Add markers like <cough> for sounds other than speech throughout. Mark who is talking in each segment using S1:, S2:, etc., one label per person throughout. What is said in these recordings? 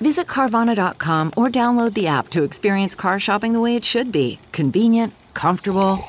S1: Visit Carvana.com or download the app to experience car shopping the way it should be convenient, comfortable.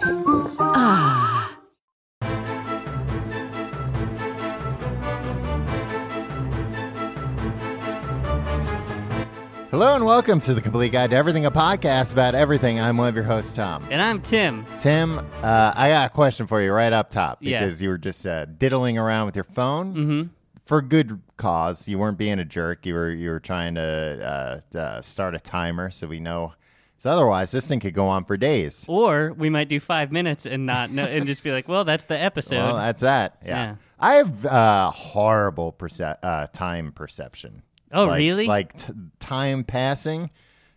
S2: Hello and welcome to the Complete Guide to Everything, a podcast about everything. I'm one of your hosts, Tom.
S3: And I'm Tim.
S2: Tim, uh, I got a question for you right up top
S3: Yeah. Mm-hmm.
S2: because you were just uh, diddling around with your phone for good cause. You weren't being a jerk. You were you were trying to uh, uh, start a timer so we know. So otherwise, this thing could go on for days.
S3: Or we might do five minutes and not know, and just be like, well, that's the episode.
S2: Well, that's that. Yeah.
S3: Yeah.
S2: I have uh, horrible perce- uh, time perception.
S3: Oh,
S2: Like-
S3: really?
S2: Like t- time passing,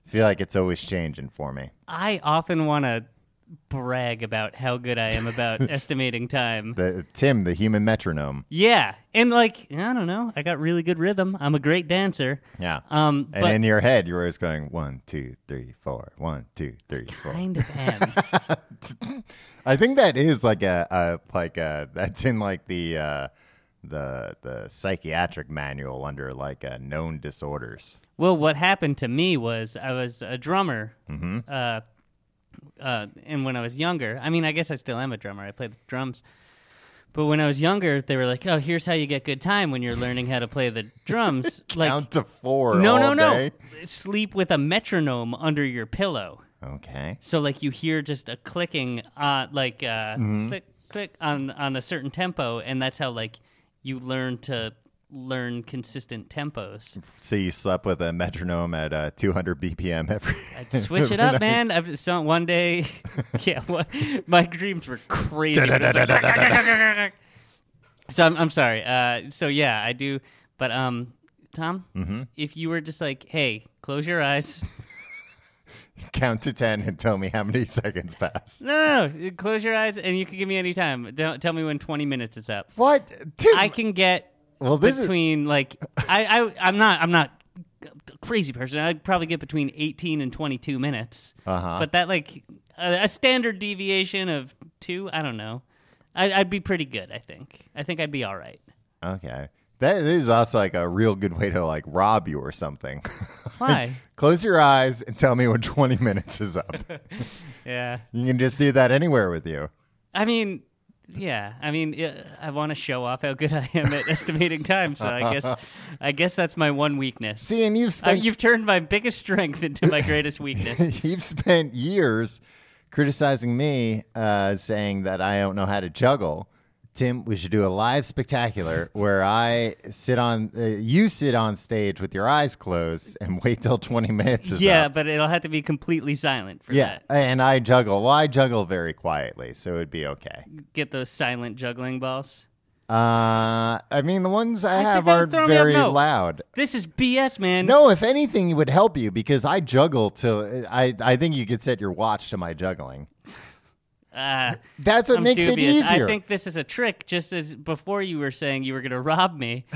S2: feel like it's always changing for me.
S3: I often want to brag about how good I
S2: <laughs>
S3: am about estimating time.
S2: The Tim, the human metronome.
S3: Yeah. And like, I don't know, I got really good rhythm. I'm a great dancer.
S2: Yeah.
S3: Um,
S2: and
S3: but
S2: in your head, you're always going one, two, three, four, one, two, three, four.
S3: kind of am.
S2: I think that is like a, a like a <laughs> that's in like the uh, the the psychiatric manual under like uh, known disorders.
S3: Well, what happened to me was I was a drummer,
S2: Mm-hmm.
S3: uh, uh, and when I was younger, I mean, I guess I still am a drummer. I play the drums, but when I was younger, they were like, "Oh, here's how you get good time when you're learning how to play the
S2: <laughs>
S3: drums." like,
S2: Count to four.
S3: no, no,
S2: all
S3: no,
S2: day.
S3: sleep with a metronome under your pillow,
S2: Okay.
S3: so like you hear just a clicking, uh, like uh,
S2: Mm-hmm.
S3: click, click on on a certain tempo, and that's how like you learn to learn consistent tempos.
S2: So you slept with a metronome at uh, 200 BPM every.
S3: I'd switch it up, man. I've so one day, <laughs> yeah, what, my dreams were crazy. but it's like- so I'm, I'm sorry. Uh, so yeah, I do. But um, Tom, if you were just like, hey, close your eyes.
S2: <laughs> Count to ten and tell me how many seconds
S3: <laughs>
S2: passed.
S3: No, no, no, close your eyes, and you can give me any time. Don't tell me when 20 minutes is up.
S2: What? Tim,
S3: I can get
S2: Well, this is-
S3: between like I, I I'm not I'm not a crazy person. I'd probably get between 18 and 22 minutes.
S2: Uh-huh.
S3: But that like a, a standard deviation of two. I don't know. I, I'd be pretty good. I think. I think I'd be
S2: <laughs>
S3: all right.
S2: Okay. That is also like a real good way to like rob you or something. <laughs>
S3: Why?
S2: Close your eyes and tell me when 20 <laughs> minutes is up.
S3: yeah.
S2: you can just do that anywhere with you.
S3: I mean. Yeah, I mean, uh, I want to show off how good I am at estimating time, so
S2: <laughs>
S3: I guess, I guess that's my one weakness.
S2: See, and you've
S3: Uh,
S2: spent
S3: you've turned my biggest strength into my greatest weakness.
S2: <laughs> you've spent years criticizing me, uh, saying that I don't know how to juggle. Tim, we should do a live spectacular where I sit on, uh, you sit on stage with your eyes closed and <laughs> wait till 20 minutes is
S3: Yeah,
S2: up.
S3: but it'll have to be completely silent for
S2: Yeah,
S3: that.
S2: and I juggle. Well, I juggle very quietly, so it'd be okay.
S3: Get those silent juggling balls.
S2: Uh, I mean, the ones I,
S3: I
S2: have
S3: think that would
S2: are
S3: throw me off.
S2: very
S3: No.
S2: loud.
S3: This is BS, man.
S2: No, if anything, it would help you because I juggle to. I I think you could set your watch to my
S3: <laughs>
S2: juggling.
S3: Ah,
S2: That's what
S3: I'm
S2: makes
S3: dubious.
S2: it easier.
S3: I think this is a trick, just as before you were saying you were going to
S2: <laughs>
S3: rob me.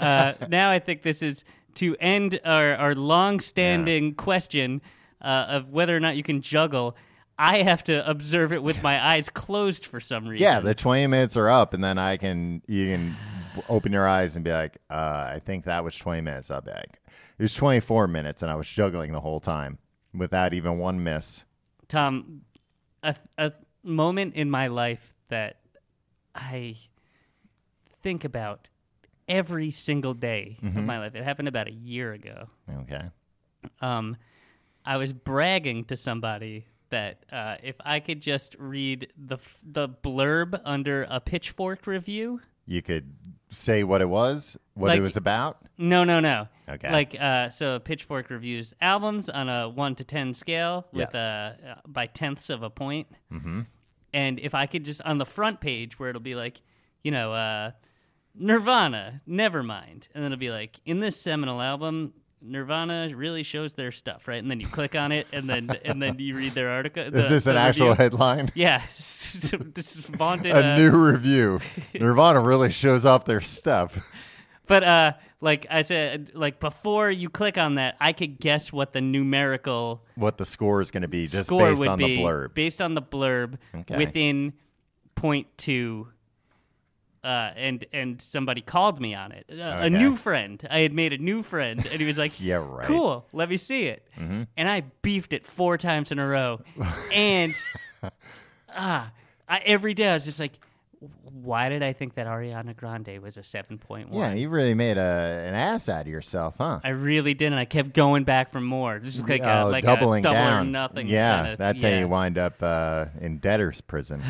S3: Uh, now I think this is to end our, our long standing question uh, of whether or not you can juggle. I have to observe it with my eyes closed for some reason.
S2: yeah, the twenty minutes are up, and then I can you can open your eyes and be like, uh, I think that was twenty minutes. I'll be like, it was twenty four minutes, and I was juggling the whole time without even one miss.
S3: Tom, a, a moment in my life that I think about every single day of my life. It happened about a year ago.
S2: Okay.
S3: Um, I was bragging to somebody that uh, if I could just read the f- the blurb under a Pitchfork review.
S2: You could say what it was, what
S3: Like-
S2: it was about.
S3: No, no, no.
S2: Okay.
S3: Like uh, so, Pitchfork reviews albums on a one to ten scale with
S2: Yes.
S3: uh, by tenths of a point. Mm-hmm. And if I could just on the front page where it'll be like, you know, uh, Nirvana, Nevermind, and then it'll be like, in this seminal album, Nirvana really shows their stuff, right? And then you click on it, and then and then you read their article.
S2: Is this an actual headline?
S3: Yeah, <laughs> this
S2: <laughs>
S3: is vaunted.
S2: A
S3: uh,
S2: new
S3: <laughs>
S2: review. Nirvana really shows off their stuff.
S3: But uh, like I said, like before you click on that, I could guess what the numerical
S2: What the score is going to be just
S3: score
S2: based
S3: would
S2: on
S3: be
S2: the blurb.
S3: based on the blurb
S2: Okay.
S3: within point two. Uh, and and somebody called me on it. Uh, A
S2: Okay.
S3: new friend. I had made a new friend, and he was
S2: <laughs>
S3: like,
S2: Yeah, right. Mm-hmm.
S3: Cool. Let me see it." And I beefed it four times in a row,
S2: <laughs>
S3: and ah, I, every day I was just like, "Why did I think that Ariana Grande was a seven point one?
S2: Yeah, you really made a, an ass out of yourself, huh?
S3: I really did, and I kept going back for more. This is like a
S2: oh,
S3: like
S2: doubling
S3: a double
S2: down.
S3: or nothing.
S2: Yeah,
S3: kinda-
S2: that's how
S3: yeah.
S2: you wind up uh, in debtor's
S3: <sighs>
S2: prison.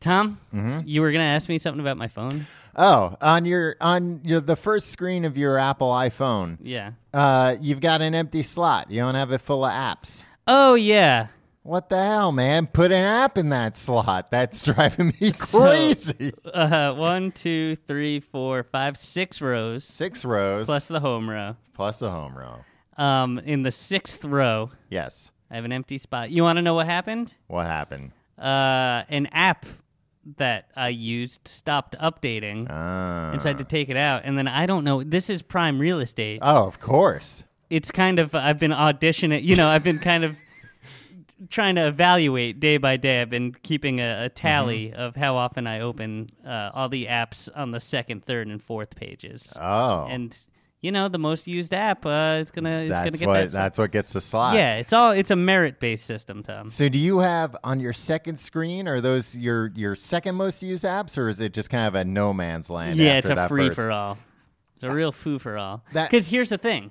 S3: Tom,
S2: Mm-hmm.
S3: you were gonna ask me something about my phone.
S2: oh, on your on your the first screen of your Apple iPhone,
S3: Yeah.
S2: uh, you've got an empty slot. You don't have it full of apps.
S3: Oh yeah.
S2: What the hell, man? Put an app in that slot. That's <laughs> driving me crazy.
S3: Uh, one, two, three, four, five, six rows
S2: Six rows
S3: plus the home row.
S2: plus a home row.
S3: Um, in the sixth row,
S2: Yes.
S3: I have an empty spot. You want to know what happened?
S2: What happened?
S3: Uh, an app that I used stopped updating,
S2: Uh,
S3: and so I had to take it out. And then I don't know. This is prime real estate.
S2: oh, of course.
S3: it's kind of I've been auditioning. You know, I've been kind of trying to evaluate day by day. I've been keeping a, a tally
S2: Mm-hmm.
S3: of how often I open uh, all the apps on the second, third, and fourth pages.
S2: Oh,
S3: And you know, the most used app, uh, it's gonna it's gonna
S2: that's
S3: get
S2: what
S3: that.
S2: that's what gets the slot.
S3: yeah, it's all it's a merit based system, Tom.
S2: So do you have on your second screen are those your your second most used apps or is it just kind of a no man's land?
S3: yeah,
S2: after
S3: it's a
S2: that
S3: free
S2: first?
S3: for all. It's a real foo for all.
S2: That- Mm-hmm.
S3: Because here's the thing: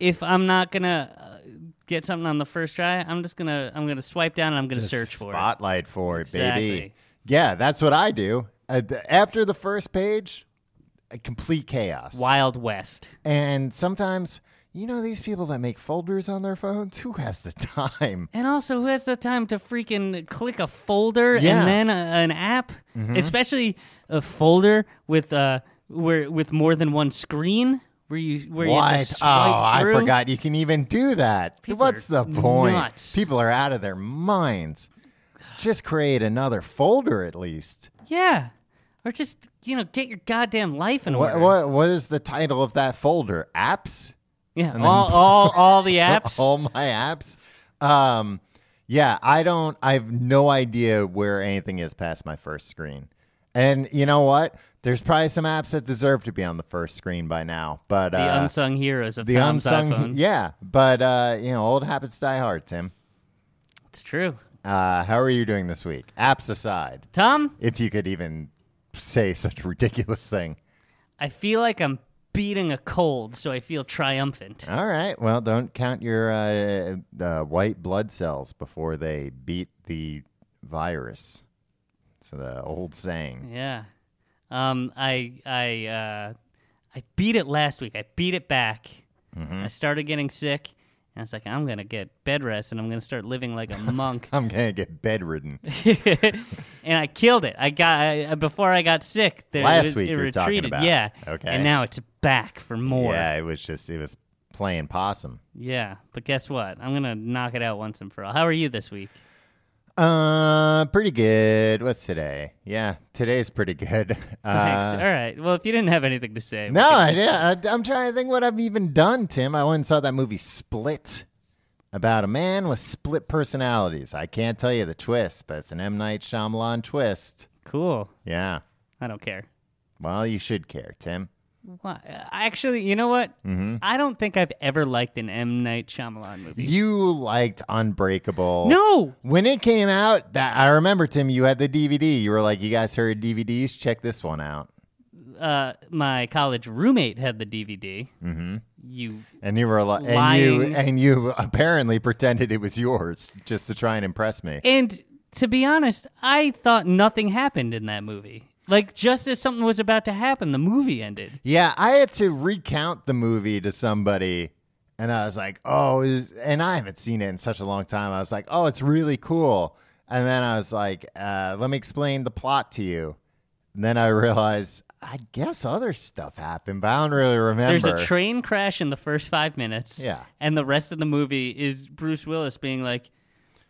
S3: if I'm not gonna uh, get something on the first try, I'm just gonna I'm gonna swipe down and I'm gonna search for it.
S2: spotlight for it, baby.
S3: Exactly.
S2: Yeah, that's what I do. Uh, th- after the first page, uh, complete chaos.
S3: Wild West.
S2: And sometimes, you know, these people that make folders on their phones, <laughs> who has the time?
S3: And also, who has the time to freaking click a folder
S2: Yeah. Mm-hmm.
S3: and then a, an app, especially a folder with uh, where with more than one screen, where you where you
S2: What?
S3: just
S2: Oh,
S3: swipe
S2: I
S3: through?
S2: forgot you can even do that.
S3: People
S2: What's
S3: are
S2: the point?
S3: nuts.
S2: People are out of their minds. Just create another folder at least.
S3: Yeah, or just you know get your goddamn life in
S2: What,
S3: order.
S2: what what is the title of that folder? Apps? <laughs>
S3: Yeah, all, all all the apps.
S2: All my apps. Um yeah, I don't I have no idea where anything is past my first screen. And you know what? There's probably some apps that deserve to be on the first screen by now, but
S3: the
S2: uh,
S3: unsung heroes of
S2: the
S3: Tom's
S2: unsung
S3: iPhone.
S2: yeah, but uh, you know, old habits die hard, Tim.
S3: It's true.
S2: Uh, how are you doing this week? Apps aside,
S3: Tom,
S2: if you could even say such a ridiculous thing.
S3: I feel like I'm beating a cold, so I feel triumphant.
S2: All right. Well, don't count your uh, uh, white blood cells before they beat the virus. It's the old saying.
S3: Yeah. Um, I I uh, I beat it last week. I beat it back.
S2: Mm-hmm.
S3: I started getting sick, and I was like, I'm gonna get bed rest, and I'm gonna start living
S2: <laughs>
S3: like a monk.
S2: I'm gonna get bedridden.
S3: and I killed it. I got I, before I got sick. There,
S2: Last
S3: it, was-
S2: week
S3: it
S2: you were talking
S3: retreated.
S2: about.
S3: Yeah.
S2: Okay.
S3: And now it's back for <laughs> more.
S2: Yeah, it was just it was playing possum.
S3: Yeah. But guess what? I'm gonna knock it out once and for all. How are you this week?
S2: Uh, pretty good. What's today? Yeah, today's pretty good.
S3: <laughs> Thanks.
S2: Uh,
S3: All right. Well, if you didn't have anything to say, we
S2: No,
S3: can-
S2: I, yeah, I, I'm trying to think what I've even done, Tim. I went and saw that movie Split about a man with split personalities. I can't tell you the twist, but it's an M. Night Shyamalan twist.
S3: Cool.
S2: Yeah.
S3: I don't care.
S2: Well, you should care, Tim.
S3: Why- uh, Actually, you know what? I don't think I've ever liked an M Night Shyamalan movie.
S2: You liked Unbreakable.
S3: No,
S2: When it came out, that I remember, Tim, you had the DVD. You were like, you guys heard DVDs? Check this one out.
S3: uh, my college roommate had the DVD. Mm-hmm. You
S2: And you were like, and
S3: Lying.
S2: you, and you apparently pretended it was yours just to try and impress me.
S3: and to be honest, I thought nothing happened in that movie. Like just as something was about to happen, the movie ended.
S2: Yeah, I had to recount the movie to somebody, and I was like, "Oh," is, and I haven't seen it in such a long time. I was like, "Oh, it's really cool," and then I was like, uh, "Let me explain the plot to you." And then I realized I guess other stuff happened, but I don't really remember.
S3: There's a train crash in the first five minutes.
S2: Yeah.
S3: And the rest of the movie is Bruce Willis being like,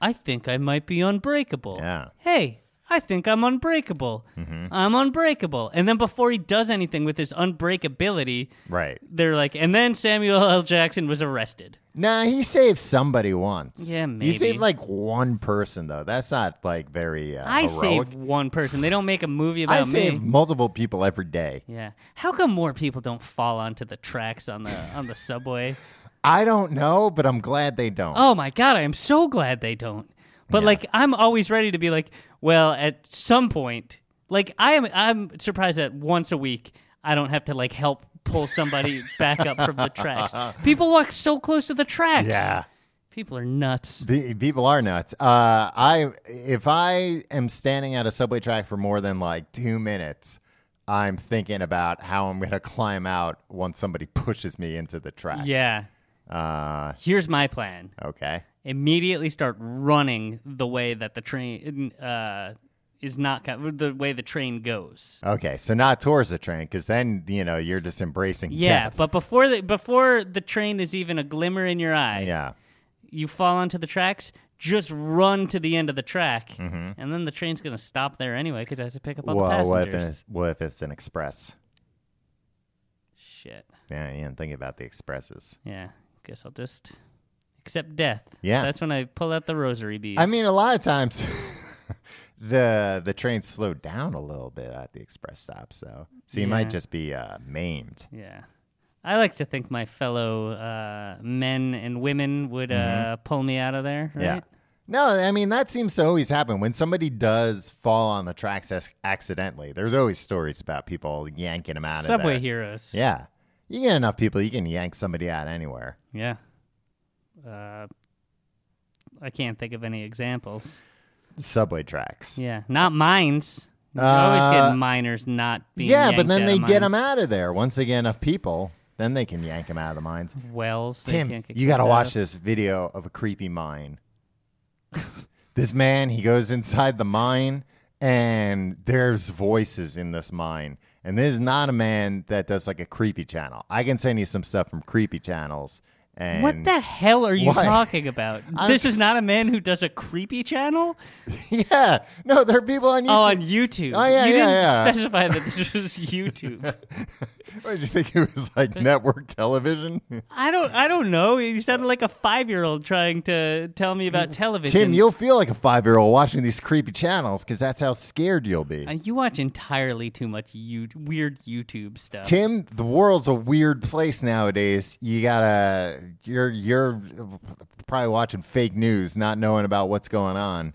S3: I think I might be unbreakable.
S2: Yeah. Mm-hmm.
S3: Hey, I think I'm unbreakable. I'm unbreakable. And then before he does anything with his unbreakability,
S2: right.
S3: they're like, and then Samuel L. Jackson was arrested.
S2: Nah, he saved somebody once.
S3: Yeah,
S2: He
S3: maybe.
S2: saved like one person though. That's not like very uh,
S3: I
S2: heroic.
S3: save one person. They don't make a movie
S2: I
S3: about
S2: save
S3: me.
S2: multiple people every day.
S3: Yeah. How come more people don't fall onto the tracks on the on the subway?
S2: I don't know, but I'm glad they don't.
S3: Oh my god, I am so glad they don't. But like I'm always ready to be like, well, at some point, like I am I'm surprised that once a week I don't have to like help
S2: <laughs>
S3: pull somebody back up from the tracks. People walk so close to the tracks.
S2: Yeah.
S3: People are nuts.
S2: Pe- people are nuts. Uh, I if I am standing at a subway track for more than like two minutes, I'm thinking about how I'm gonna climb out once somebody pushes me into the tracks.
S3: Yeah.
S2: Uh,
S3: Here's my plan.
S2: okay.
S3: Immediately start running the way that the train uh is not co- the way the train goes.
S2: Okay. So not towards the train, because then you know you're just embracing.
S3: Yeah,
S2: death.
S3: but before the before the train is even a glimmer in your eye,
S2: Yeah.
S3: you fall onto the tracks, just run to the end of the track,
S2: Mm-hmm.
S3: and then the train's gonna stop there anyway because it has to pick up all the
S2: Well, what if,
S3: passengers.
S2: it's, what if it's an express?
S3: Shit.
S2: Yeah, you didn't think about the expresses.
S3: Yeah. Guess I'll just accept death.
S2: Yeah.
S3: That's when I pull out the rosary beads.
S2: I mean, a lot of times <laughs> the the train slowed down a little bit at the express stops, though, so you
S3: Yeah.
S2: might just be uh, maimed.
S3: yeah. I like to think my fellow uh, men and women would uh, pull me out of there. Right?
S2: Mm-hmm. Yeah. No, I mean that seems to always happen when somebody does fall on the tracks ac- accidentally. There's always stories about people yanking them out of
S3: Subway
S2: there.
S3: heroes.
S2: Yeah, you get enough people, you can yank somebody out anywhere.
S3: Yeah. Uh, I can't think of any examples.
S2: Subway tracks.
S3: Yeah, not mines. You're always
S2: Uh,
S3: getting miners not being.
S2: Yeah, but
S3: yanked
S2: then
S3: out
S2: they
S3: of
S2: get
S3: mines.
S2: them out of there once they get enough people. Then they can yank them out of the mines.
S3: Wells. they
S2: Tim,
S3: can't get
S2: you got to
S3: kicked
S2: watch
S3: out.
S2: this video of a creepy mine. <laughs> this man, he goes inside the mine, and there's voices in this mine. And this is not a man that does like a creepy channel. I can send you some stuff from creepy channels. And
S3: What the hell are you
S2: Why?
S3: talking about?
S2: <laughs> I'm-
S3: this is not a man who does a creepy channel.
S2: <laughs> yeah, no, there are people on YouTube.
S3: Oh, on YouTube.
S2: Oh, yeah,
S3: you
S2: yeah,
S3: didn't
S2: yeah.
S3: specify that this <laughs> was YouTube.
S2: <laughs> What, did you think it was like
S3: <laughs>
S2: network television?
S3: I don't. I don't know. You sounded like a five-year-old trying to tell me about television.
S2: Tim, you'll feel like a five year old watching these creepy channels because that's how scared you'll be.
S3: Uh, you watch entirely too much you- weird YouTube stuff.
S2: Tim, the world's a weird place nowadays. You gotta, you're you're probably watching fake news, not knowing about what's going on.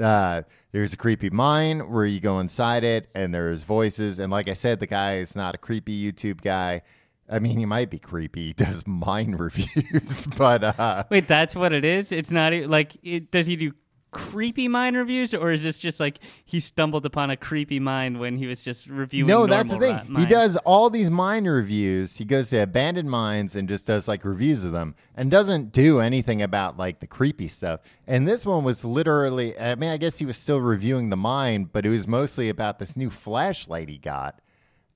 S2: Uh, there's a creepy mine where you go inside it, and there's voices. And like I said, the guy is not a creepy YouTube guy. I mean, he might be creepy. He does <laughs> mine reviews, <laughs> but uh,
S3: Wait, that's what it is. It's not e- like it, does he do creepy mine reviews, or is this just like he stumbled upon a creepy mine when he was just reviewing?
S2: no, that's the
S3: normal
S2: thing.
S3: ri-
S2: He
S3: mine?
S2: does all these mine reviews. He goes to abandoned mines and just does like reviews of them and doesn't do anything about like the creepy stuff. And this one was literally, I mean, I guess he was still reviewing the mine, but it was mostly about this new flashlight he got.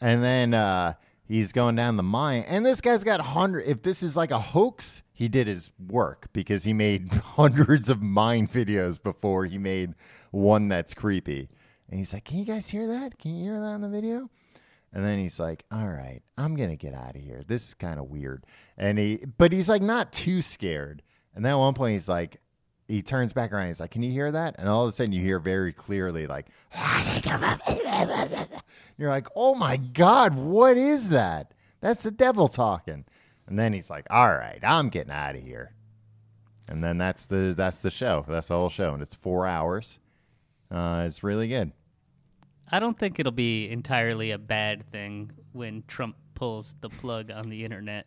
S2: And then uh, he's going down the mine. And this guy's got hundred. If this is like a hoax, he did his work because he made <laughs> hundreds of mine videos before he made one that's creepy. And he's like, "Can you guys hear that? Can you hear that in the video?" And then he's like, "All right, I'm gonna get out of here. This is kind of weird." And he, but he's like not too scared. And then at one point, he's like, he turns back around. He's like, "Can you hear that?" And all of a sudden, you hear very clearly, like, <laughs> you're like, "Oh my god, what is that? That's the devil talking." And then he's like, "All right, I'm getting out of here." And then that's the that's the show. That's the whole show, and it's four hours. Uh, it's really good.
S3: I don't think it'll be entirely a bad thing when Trump pulls the plug on the internet.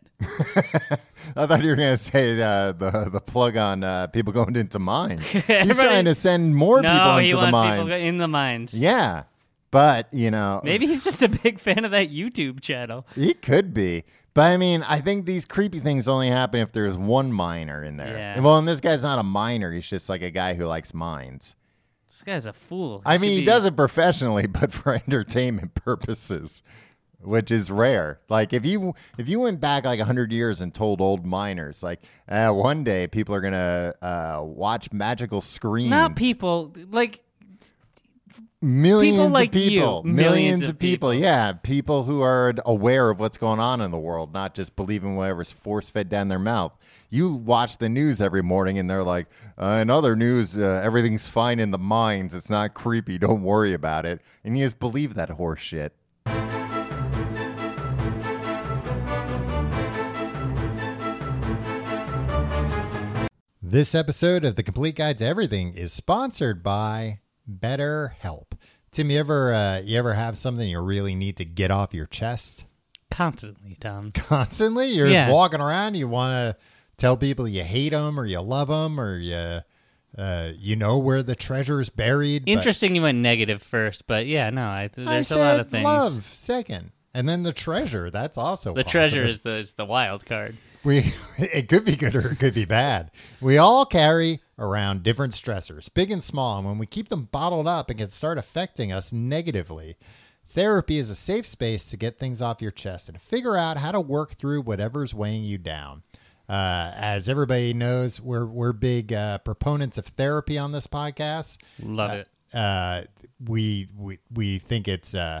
S2: I thought you were gonna say uh, the the plug on uh, people going into mines.
S3: <laughs>
S2: He's
S3: Everybody-
S2: trying to send more
S3: no,
S2: people
S3: he
S2: into the
S3: wants
S2: mines.
S3: people go- in the mines.
S2: yeah, but you know,
S3: Maybe he's just a big fan of that YouTube channel.
S2: he could be. But I mean, I think these creepy things only happen if there's one miner in there.
S3: Yeah.
S2: And, Well, and this guy's not a miner; he's just like a guy who likes mines.
S3: This guy's a fool.
S2: I
S3: should
S2: mean, he
S3: be-
S2: does it professionally, <laughs> but for entertainment purposes, which is rare. Like if you if you went back like hundred years and told old miners, like uh, one day people are gonna uh, watch magical screens.
S3: Not people like
S2: millions
S3: people like
S2: of people,
S3: you.
S2: millions,
S3: Millions
S2: of
S3: of
S2: people.
S3: people.
S2: Yeah, people who are aware of what's going on in the world, not just believing whatever's force fed down their mouth. You watch the news every morning, and they're like, uh, "In other news, uh, everything's fine in the mines. It's not creepy. Don't worry about it." And you just believe that horse shit.
S4: This episode of The Complete Guide to Everything is sponsored by BetterHelp. Tim, you ever uh, you ever have something you really need to get off your chest
S3: constantly,
S2: <laughs>
S3: Tom.
S4: constantly? You're
S3: Yeah.
S4: just walking around. You want to tell people you hate them or you love them or you uh, you know where the treasure is buried. but-
S3: Interesting, you went negative first, but yeah, no, I,
S4: I
S3: there's
S4: said
S3: a lot of things.
S4: love second, and then the treasure. That's also
S3: The
S4: positive.
S3: treasure is the is the wild card.
S4: We <laughs> it could be good or it could be bad. We all carry around different stressors, big and small, and when we keep them bottled up, it can start affecting us negatively. Therapy is a safe space to get things off your chest and figure out how to work through whatever's weighing you down. Uh, as everybody knows, we're we're big uh, proponents of therapy on this podcast.
S3: Love it.
S4: Uh, we we we think it's uh,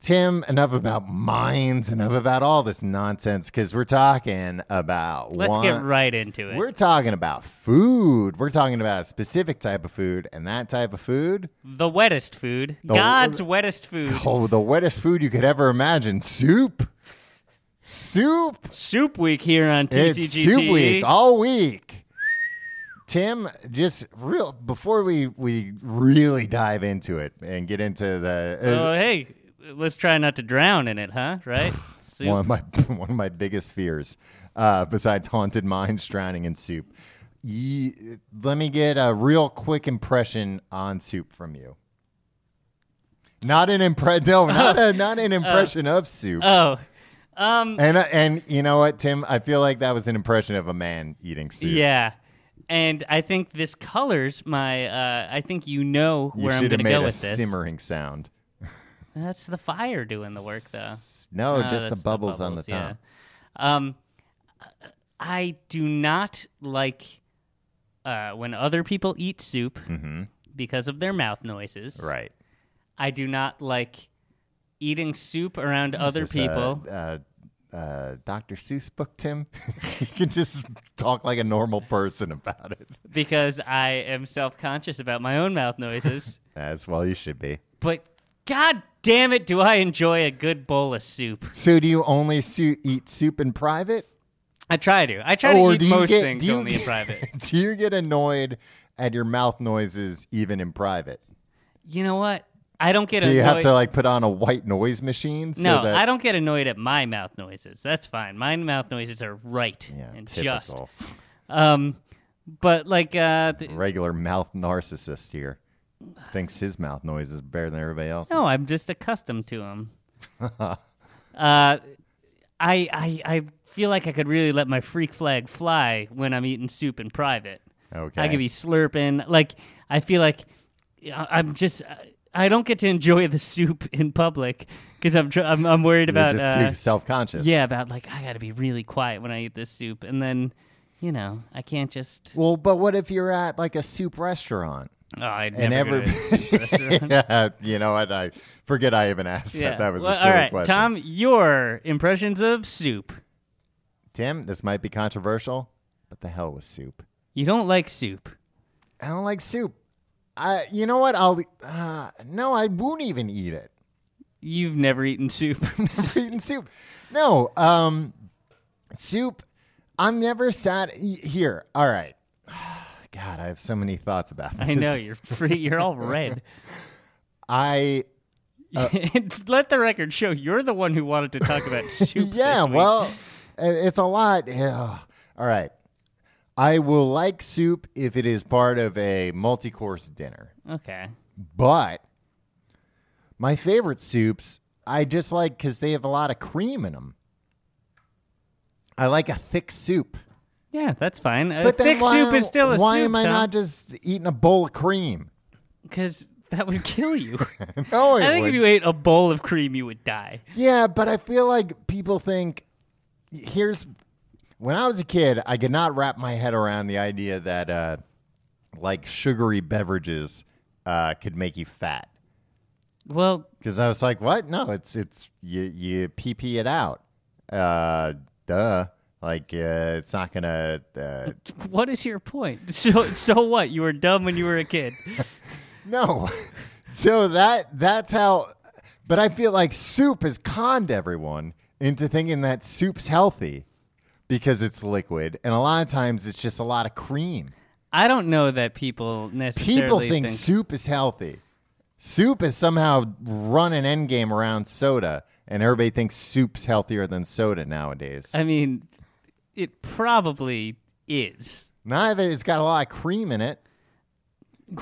S2: Tim, enough about mines, enough about all this nonsense, because we're talking about
S3: Let's
S2: one,
S3: get right into it.
S2: We're talking about food. We're talking about a specific type of food, and that type of food
S3: the wettest food,
S2: The-
S3: God's
S2: <laughs>
S3: wettest food,
S2: Oh, the wettest food you could ever imagine. Soup. Soup.
S3: Soup Week here on TCGT.
S2: It's soup week all week. Tim, just real before we we really dive into it and get into the
S3: Oh,
S2: uh,
S3: hey, let's try not to drown in it, huh?
S2: <sighs>
S3: Right? Soup.
S2: one of my <laughs> one of my biggest fears, uh, besides haunted minds drowning in soup. Ye- let me get a real quick impression on soup from you. Not an impre-
S3: <laughs>
S2: no, not a, not an impression of soup.
S3: Oh, um,
S2: And uh, and you know what, Tim? I feel like that was an impression of a man eating soup.
S3: yeah. And I think this colors my. Uh, I think you know
S2: you
S3: where I'm
S2: should
S3: going
S2: have
S3: to
S2: made
S3: go
S2: a
S3: with this.
S2: simmering sound.
S3: That's the fire doing the work, though.
S2: No,
S3: No,
S2: just the
S3: Uh, that's
S2: bubbles, on the top.
S3: yeah. Um, I do not like uh, when other people eat soup because of their mouth noises.
S2: Mm-hmm. Right.
S3: I do not like eating soup around other
S2: This, uh,
S3: people.
S2: Uh, uh, Dr. Seuss book, Tim. <laughs> you can just talk like a normal person about it,
S3: because I am self conscious about my own mouth
S2: <laughs>
S3: noises.
S2: as well. You should be.
S3: but god damn it, do I enjoy a good bowl of soup.
S2: So, do you only su- eat soup in private,
S3: I try to. I try to eat most
S2: get-
S3: things
S2: do you
S3: only in
S2: get-
S3: private.
S2: <laughs> do you get annoyed at your mouth noises even in private?
S3: You know what? I don't get
S2: <laughs> Do you
S3: annoyed.
S2: have to like put on a white noise machine? So
S3: no,
S2: that-
S3: I don't get annoyed at my mouth noises. That's fine. My mouth noises are right
S2: Yeah,
S3: and <laughs> just.
S2: typical.
S3: Um, but like, uh, th-
S2: regular mouth narcissist here thinks his mouth noise is better than everybody else.
S3: No, I'm just accustomed to
S2: <laughs>
S3: them. uh, I, I I feel like I could really let my freak flag fly when I'm eating soup in private.
S2: Okay.
S3: I could be slurping. Like I feel like I- I'm just uh, I don't get to enjoy the <laughs> soup in public because I'm, tr- I'm I'm worried
S2: You're
S3: about
S2: just
S3: uh,
S2: too self-conscious.
S3: yeah about like I got to be really quiet when I eat this soup and then you know I can't just
S2: Well, but what if you're at like a soup restaurant?
S3: oh, I'd
S2: And
S3: never go to a
S2: every-
S3: soup restaurant.
S2: yeah, you know what? I forget I even asked <laughs> that. That was
S3: Well,
S2: a silly
S3: all right,
S2: question.
S3: Tom. Your impressions of soup.
S2: Tim, this might be controversial, but the hell with soup.
S3: You don't like soup.
S2: I don't like soup. I, you know what? I'll uh, no, I won't even eat it. <laughs>
S3: You've never eaten soup. <laughs>
S2: eating soup. No, um, soup. I'm never sat here. All right. <sighs> God, I have so many thoughts about this.
S3: I know you're free. You're
S2: <laughs>
S3: all red.
S2: I Uh,
S3: <laughs> And Let the record show you're the one who wanted to
S2: <laughs>
S3: talk about soup.
S2: yeah.
S3: this week.
S2: Well, i- it's a lot. Yeah. All right. I will like soup if it is part of a multi-course dinner.
S3: okay.
S2: But my favorite soups, I just like because they have a lot of cream in them. I like a thick soup.
S3: Yeah, that's fine. A
S2: But then
S3: thick
S2: why
S3: soup
S2: am-
S3: is still a
S2: Why
S3: soup.
S2: am I not just eating a bowl of cream? <laughs>
S3: Because that would kill you.
S2: No,
S3: I
S2: it
S3: think if
S2: would.
S3: you ate a bowl of cream, you would die.
S2: yeah, but I feel like people think here's when I was a kid, I could not wrap my head around the idea that uh, like sugary beverages uh, could make you fat
S3: Well,
S2: because I was like, what? No, it's it's you you pee pee it out. Uh, duh. Like uh, it's not gonna. Uh,
S3: what is your point? <laughs> So, so what? You were dumb when you were a kid.
S2: No. <laughs> so that that's how but I feel like soup has conned everyone into thinking that soup's healthy because it's liquid and a lot of times it's just a lot of cream.
S3: I don't know that people necessarily
S2: People think, soup is healthy. Soup is somehow run an end game around soda and everybody thinks soup's healthier than soda nowadays.
S3: I mean, it probably is.
S2: None of it it's got a lot of cream in it.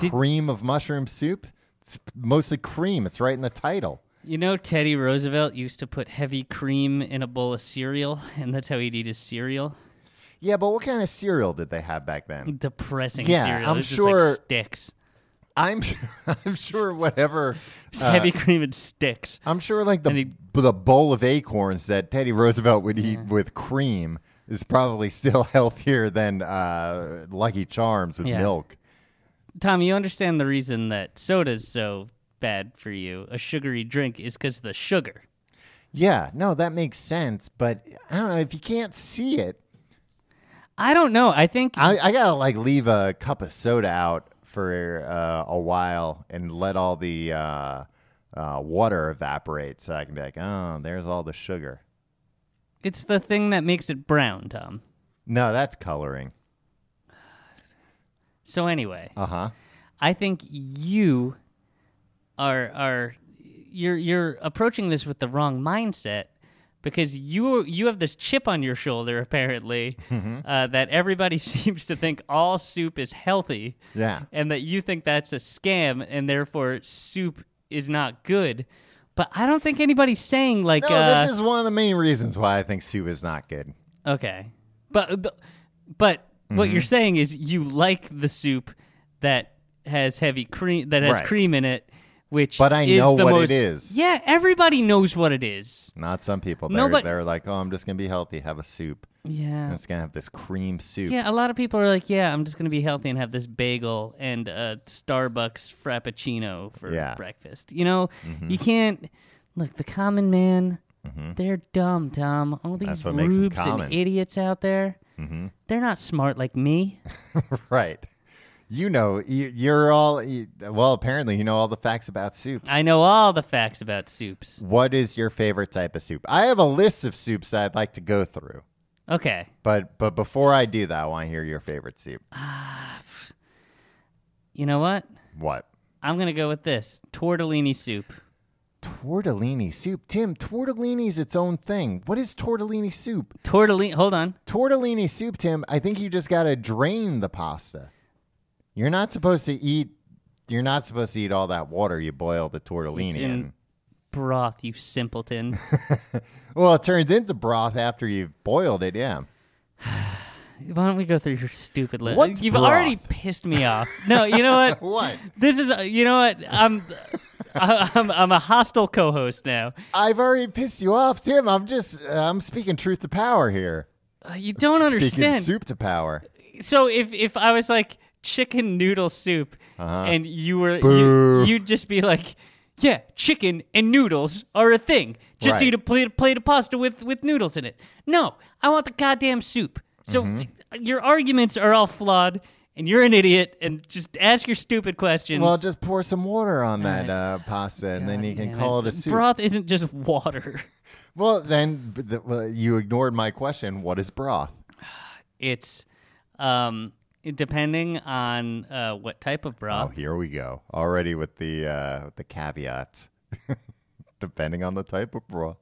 S3: Did-
S2: cream of mushroom soup. It's mostly cream. It's right in the title.
S3: You know, Teddy Roosevelt used to put heavy cream in a bowl of cereal, <laughs> and that's how he'd eat his cereal.
S2: Yeah, but what kind of cereal did they have back
S3: Mm.
S2: then?
S3: Depressing
S2: Yeah,
S3: cereal.
S2: I'm
S3: It was Just
S2: sure-
S3: like sticks.
S2: I'm <laughs> sure, I'm sure whatever.
S3: It's <laughs>
S2: uh,
S3: heavy cream and sticks.
S2: I'm sure like the
S3: Any-
S2: b- the bowl of acorns that Teddy Roosevelt would eat with cream is probably still <laughs> healthier than uh, Lucky Charms with
S3: Yeah.
S2: milk.
S3: Tom, you understand the reason that soda's so bad for you, a sugary drink, is because of the sugar.
S2: Yeah, no, that makes sense. But I don't know if you can't see it.
S3: I don't know. I think
S2: I, I gotta like leave a cup of soda out for uh, a while and let all the uh, uh, water evaporate, so I can be like, oh, there's all the sugar.
S3: it's the thing that makes it brown, Tom.
S2: No, that's coloring.
S3: So anyway,
S2: Uh huh.
S3: I think you are are you're you're approaching this with the wrong mindset because you you have this chip on your shoulder apparently uh, that everybody <laughs> seems to think all soup is healthy.
S2: Yeah.
S3: and that you think that's a scam and therefore soup is not good. But I don't think anybody's saying like
S2: No,
S3: uh,
S2: this is one of the main reasons why I think soup is not good.
S3: okay. But th- but what
S2: Mm-hmm.
S3: you're saying is you like the soup that has heavy cream that has
S2: Right.
S3: cream in it, which
S2: But I
S3: is
S2: know
S3: the
S2: what it
S3: most-
S2: is.
S3: Yeah, everybody knows what it is.
S2: Not some people. They're,
S3: No, but-
S2: they're like, oh, I'm just gonna be healthy, have a soup, and
S3: Yeah.
S2: it's gonna have this cream soup.
S3: Yeah, a lot of people are like, "Yeah, I'm just gonna be healthy and have this bagel and a Starbucks frappuccino for
S2: Yeah. Mm-hmm.
S3: breakfast." You know, you can't look the common man. They're dumb, Tom. All these
S2: That's what makes 'em
S3: rubes and
S2: common. Mm-hmm.
S3: idiots out there. They're not smart like me.
S2: <laughs> Right. You know, you, you're all you, well. Apparently, you know all the facts about soups.
S3: I know all the facts about soups.
S2: What is your favorite type of soup? I have a list of soups that I'd like to go through,
S3: Okay.
S2: but but before I do that, I want to hear your favorite soup.
S3: You know what?
S2: What?
S3: I'm going to go with this tortellini soup.
S2: Tortellini soup. Tim, tortellini is its own thing. What is tortellini soup?
S3: Tortellini. Hold on.
S2: tortellini soup, Tim, I think you just got to drain the pasta. You're not supposed to eat. You're not supposed to eat all that water you boil the tortellini
S3: It's
S2: in.
S3: in broth, you
S2: <laughs>
S3: simpleton.
S2: Well, it turns into broth after you've boiled it. Yeah.
S3: Why don't we go through your stupid list?
S2: What's
S3: You've
S2: broth?
S3: already pissed me off. No, you know
S2: <laughs>
S3: what?
S2: What?
S3: This is uh, you know what?
S2: <laughs>
S3: I'm I- I'm I'm a hostile co-host now.
S2: I've already pissed you off, Tim. I'm just. Uh, I'm speaking truth to power here.
S3: Uh, You don't
S2: Speaking
S3: understand.
S2: soup to power.
S3: So if if I was like chicken noodle soup and you were
S2: Uh-huh. Boo.
S3: you, you'd just be like yeah, chicken and noodles are a thing. Just
S2: Right.
S3: eat a plate, plate of pasta with, with noodles
S2: Mm-hmm.
S3: in it. No, I want the goddamn soup. So th- your arguments are all flawed, and you're an idiot, and just ask your stupid questions.
S2: Well, just pour some water on that
S3: right.
S2: uh, pasta, and then
S3: God
S2: you can
S3: damn
S2: call it a soup.
S3: Broth isn't just water. <laughs>
S2: Well, then b- the, well, you ignored my question. What is broth?
S3: It's um, depending on uh, what type of
S2: Oh,
S3: broth.
S2: here we go. Already with the uh, with the caveat, <laughs> depending on the type of broth.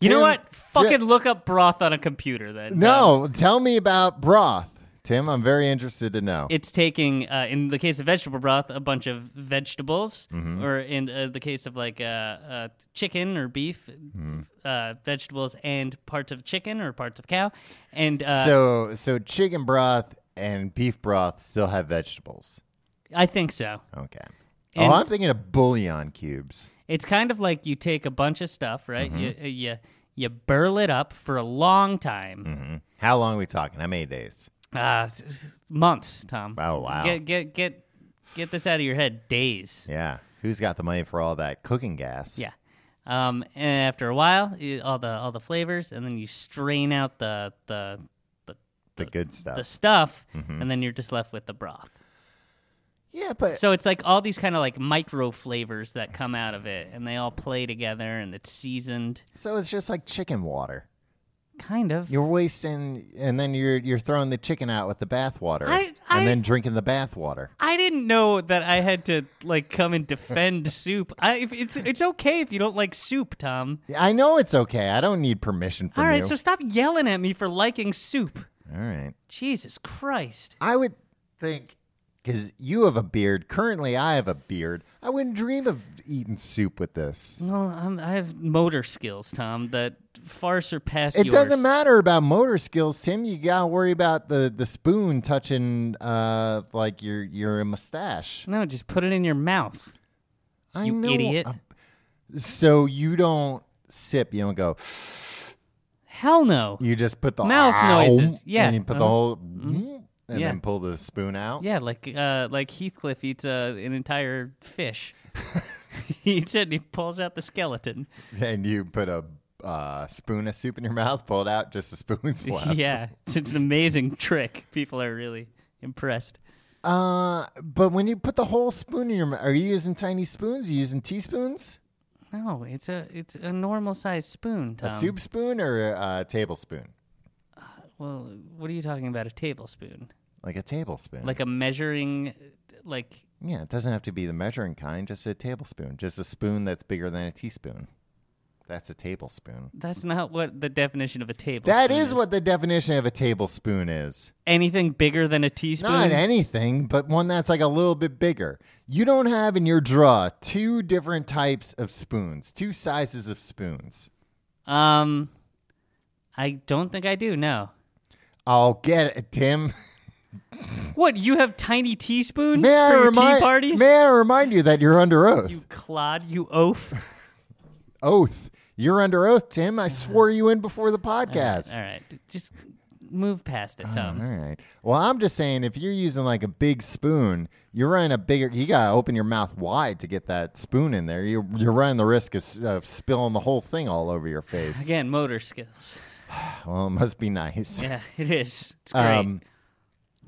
S3: you know
S2: Tim,
S3: what? Fucking
S2: yeah.
S3: look up broth on a computer then. Um,
S2: No, tell me about broth, Tim. I'm very interested to know.
S3: it's taking, uh, in the case of vegetable broth, a bunch of vegetables,
S2: Mm-hmm.
S3: or in uh, the case of like uh, uh, chicken or beef,
S2: Mm-hmm.
S3: uh, vegetables and parts of chicken or parts of cow, and uh,
S2: so, so chicken broth and beef broth still have vegetables.
S3: I think so.
S2: Okay.
S3: And-
S2: oh, I'm thinking of bouillon cubes.
S3: It's kind of like you take a bunch of stuff, right?
S2: Mm-hmm.
S3: You, you you burl it up for a long time,
S2: Mm-hmm. How long are we talking? How many days?
S3: uh, s- s- months, Tom.
S2: Oh, Mm. wow.
S3: Get get get get this out of your head. Days.
S2: Yeah. Who's got the money for all that cooking gas?
S3: Yeah. Um, and after a while, you- all the all the flavors, and then you strain out the the the,
S2: The good stuff.
S3: the stuff,
S2: Mm-hmm.
S3: and then you're just left with the broth.
S2: yeah, but
S3: So it's like all these kind of like micro flavors that come out of it, and they all play together, and it's seasoned,
S2: so it's just like chicken water.
S3: kind of.
S2: You're wasting, and then you're you're throwing the chicken out with the bathwater,
S3: I-
S2: and
S3: I-
S2: then drinking the bathwater.
S3: I didn't know that I had to like come and defend <laughs> soup. I if it's it's okay if you don't like soup, Tom.
S2: I know it's okay. I don't need permission from
S3: All right,
S2: you.
S3: so stop yelling at me for liking soup.
S2: all right.
S3: Jesus Christ.
S2: I would think because you have a beard. Currently, I have a beard. I wouldn't dream of eating soup with this.
S3: Well, I'm, I have motor skills, Tom, that far surpass
S2: It
S3: yours.
S2: doesn't matter about motor skills, Tim. You gotta worry about the, the spoon touching uh like your your mustache.
S3: No, just put it in your mouth.
S2: I
S3: You
S2: know-
S3: idiot.
S2: so you don't sip. You don't go.
S3: Hell no.
S2: You just put the
S3: Mouth
S2: ow,
S3: noises, yeah.
S2: and you put the
S3: Uh-huh.
S2: whole "mm" and
S3: Yeah.
S2: then pull the spoon out.
S3: Yeah, like uh, like Heathcliff eats uh, an entire fish. <laughs> he eats it and he pulls out the skeleton.
S2: <laughs> and you put a uh, spoon of soup in your mouth, pull it out, just a <laughs>
S3: <laughs>
S2: spoon's left.
S3: Yeah, it's, it's an amazing trick. People are really impressed.
S2: Uh, but when you put the whole spoon in your mouth, are you using tiny spoons? Are you using teaspoons?
S3: No, it's a it's a normal sized spoon, Tom.
S2: a soup spoon or a, a tablespoon?
S3: Well, what are you talking about? A tablespoon,
S2: Like a tablespoon.
S3: like a measuring, like
S2: yeah, it doesn't have to be the measuring kind, just a tablespoon. Just a spoon that's bigger than a teaspoon. That's a tablespoon.
S3: that's not what the definition of a tablespoon.
S2: That is what the definition of a tablespoon is.
S3: anything bigger than a teaspoon.
S2: Not anything, but one that's like a little bit bigger. You don't have in your draw two different types of spoons, two sizes of spoons.
S3: um, I don't think I do. No.
S2: I'll get it, Tim.
S3: What you have tiny teaspoons
S2: May I
S3: for your
S2: remind
S3: tea parties?
S2: May I remind you that you're under oath.
S3: You clod, you oaf.
S2: oath. You're under oath, Tim. I swore you in before the podcast.
S3: Uh-huh. All right, um. just move past it, Tom.
S2: All right. Well, I'm just saying, if you're using like a big spoon, you're running a bigger. You gotta open your mouth wide to get that spoon in there. You're you're running the risk of, s- of spilling the whole thing all over
S3: <sighs>
S2: your face.
S3: Again, motor skills.
S2: Well, it must be nice.
S3: Yeah, it is. It's great.
S2: Um,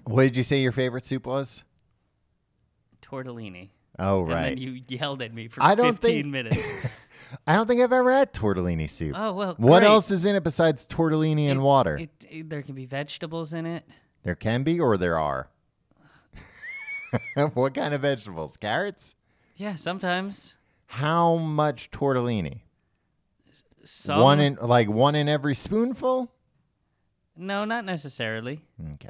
S2: what did you say your favorite soup was?
S3: Tortellini.
S2: Oh, right.
S3: And then you yelled at me for
S2: I don't
S3: 15
S2: think- <laughs>
S3: minutes.
S2: I don't think I've ever had tortellini soup.
S3: Oh, well,
S2: What
S3: great.
S2: else is in it besides tortellini and water?
S3: It, it- there can be vegetables in it.
S2: there can be, or there are. <laughs> what kind of vegetables? Carrots.
S3: Yeah, sometimes.
S2: How much tortellini?
S3: Some,
S2: one in like one in every spoonful.
S3: No, not necessarily.
S2: Okay,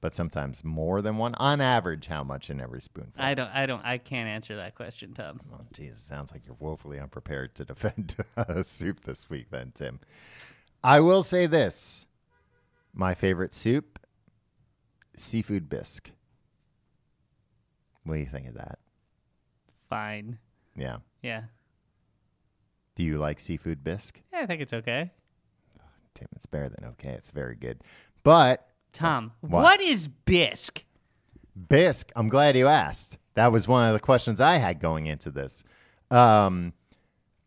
S2: but sometimes more than one. On average, how much in every spoonful?
S3: I don't. I don't. I can't answer that question, Tom.
S2: Oh, Jesus, sounds like you're woefully unprepared to defend <laughs> soup this week, then, Tim. I will say this my favorite soup, seafood bisque. What do you think of that?
S3: Fine.
S2: Yeah.
S3: Yeah.
S2: Do you like seafood bisque?
S3: Yeah, I think it's okay.
S2: Tim, it's better than okay. It's very good. But
S3: Tom,
S2: What?
S3: what is bisque?
S2: bisque, I'm glad you asked. That was one of the questions I had going into this. Um,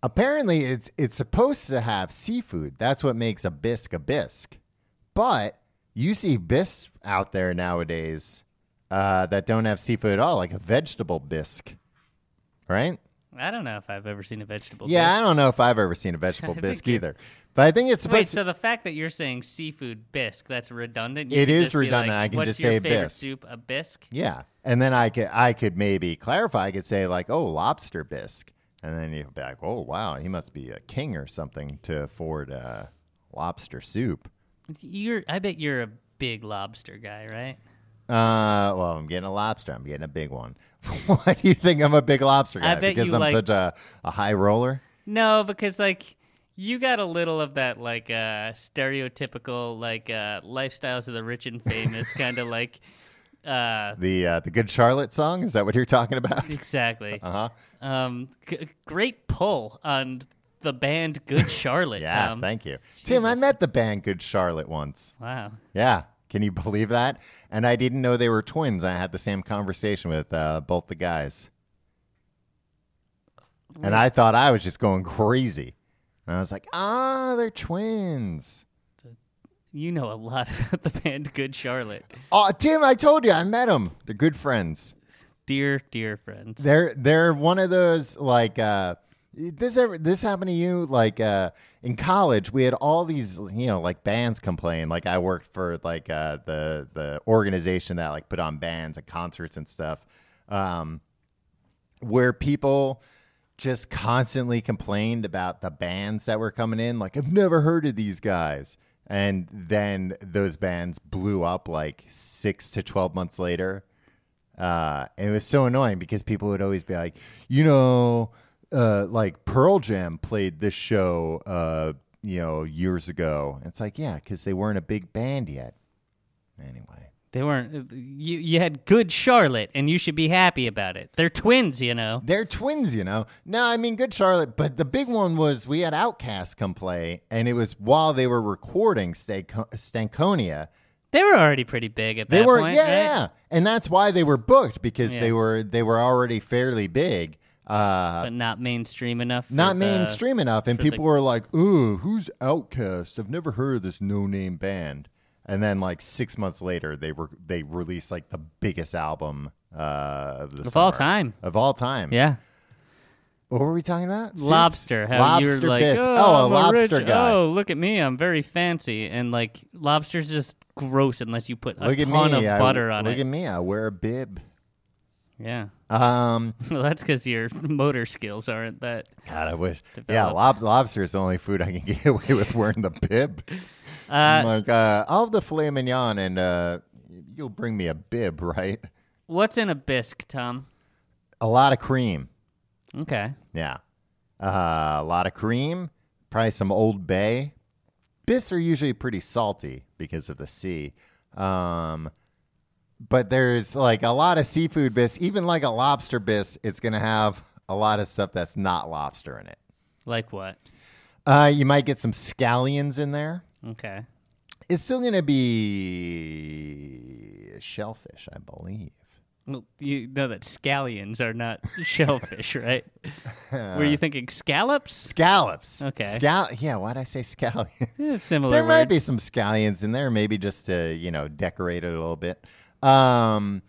S2: apparently it's it's supposed to have seafood. That's what makes a bisque a bisque. But you see bisque out there nowadays uh, that don't have seafood at all, like a vegetable bisque, right?
S3: I don't know if I've ever seen a vegetable.
S2: yeah,
S3: bisque.
S2: I don't know if I've ever seen a
S3: <laughs>
S2: vegetable bisque either, but I think it's supposed
S3: Wait,
S2: to.
S3: so the fact that you're saying seafood bisque, that's redundant? You
S2: It
S3: could
S2: is
S3: just be like,
S2: redundant. I can
S3: What's
S2: just
S3: your
S2: say
S3: favorite
S2: bisque."
S3: soup? A bisque?
S2: yeah, and then I could I could maybe clarify. I could say like, oh, lobster bisque, and then you'd be like, oh wow, he must be a king or something to afford uh, lobster soup.
S3: You're, I bet you're a big lobster guy, right?
S2: Uh, well, I'm getting a lobster. I'm getting a big one. <laughs> Why do you think I'm a big lobster guy?
S3: I bet
S2: because
S3: you
S2: I'm
S3: like-
S2: such a, a high roller.
S3: No, because like you got a little of that like uh stereotypical like uh lifestyles of the rich and famous kind of like uh
S2: The uh, the Good Charlotte song is that what you're talking
S3: <laughs>
S2: about?
S3: exactly. Uh-huh. Um g- great pull on the
S2: <laughs>
S3: band Good Charlotte.
S2: Yeah,
S3: Tom.
S2: thank you, Tim. I met the band Good Charlotte once.
S3: Wow.
S2: Yeah, can you <laughs> believe that? And I didn't know they were twins. I had the same conversation with uh, both the guys, and I thought I was just going <laughs> crazy. And I was like, ah, they're twins.
S3: You know a lot <laughs> about the band Good Charlotte.
S2: Oh, Tim, I told you I met them. They're good friends.
S3: Dear dear friends.
S2: They're they're one of those like uh this ever this happened to you like uh in college we had all these you know like bands complain like I worked for like uh the the organization that like put on bands and concerts and stuff um where people just constantly complained about the bands that were coming in like I've never heard of these guys and then those bands blew up like 6 to 12 months later uh, and it was so annoying because people would always be like, you know, uh, like Pearl Jam played this show, uh, you know, years ago. And it's like, yeah, because they weren't a big band yet. Anyway,
S3: They weren't uh, you you had Good Charlotte and you should be happy about it. They're twins, you know.
S2: they're twins, you know. No, I mean, good Charlotte. But the big one was we had Outcast come play, and it was while they were recording Stanco- Stankonia.
S3: They were already pretty big at
S2: They
S3: that
S2: were,
S3: point,
S2: yeah,
S3: right?
S2: yeah, and that's why they were booked because
S3: Yeah.
S2: they were they were already fairly big. Uh,
S3: but not mainstream enough. uh, for
S2: not
S3: the-
S2: mainstream enough, and
S3: for the-
S2: people were like, "Ooh, who's Outcast? I've never heard of this no-name band." And then, like six months later, they were they released like the biggest album uh, of the
S3: Of all
S2: summer.
S3: time.
S2: of all time.
S3: Yeah.
S2: What were we talking about? Soups?
S3: Lobster. How
S2: lobster
S3: you were like,
S2: bisque.
S3: oh,
S2: a
S3: I'm
S2: lobster
S3: rich-
S2: guy.
S3: Oh, look at me. I'm very fancy. And like, lobster's just gross unless you put a
S2: look at
S3: ton
S2: me.
S3: of
S2: I-
S3: butter on
S2: look
S3: it.
S2: at me. I wear a bib.
S3: yeah. <laughs>
S2: Um,
S3: well, that's because your <laughs> motor skills aren't that.
S2: God, I wish. Yeah,
S3: Developed.
S2: lob- lobster is the only food I can <laughs> get away with wearing the bib. I'm
S3: Uh,
S2: like, uh, I'll have the filet mignon, and uh, you'll bring me a bib, right?
S3: what's in a bisque, Tom?
S2: a lot of cream.
S3: Okay.
S2: Yeah. Uh, a lot of cream, probably some Old Bay. Bisques are usually pretty salty because of the sea. Um, but there's like a lot of seafood bisque, even like a lobster bisque, it's going to have a lot of stuff that's not lobster in it.
S3: Like what?
S2: Uh, you might get some scallions in there.
S3: Okay.
S2: It's still going to be shellfish, I believe.
S3: Well, you know that scallions
S2: <laughs>
S3: are not shellfish, right? Were you thinking scallops?
S2: Scallops.
S3: Okay.
S2: Scal- yeah, why'd I say scallions?
S3: Eh, similar
S2: there might be
S3: words.
S2: some scallions in there, maybe just to you know decorate it a little bit. Um,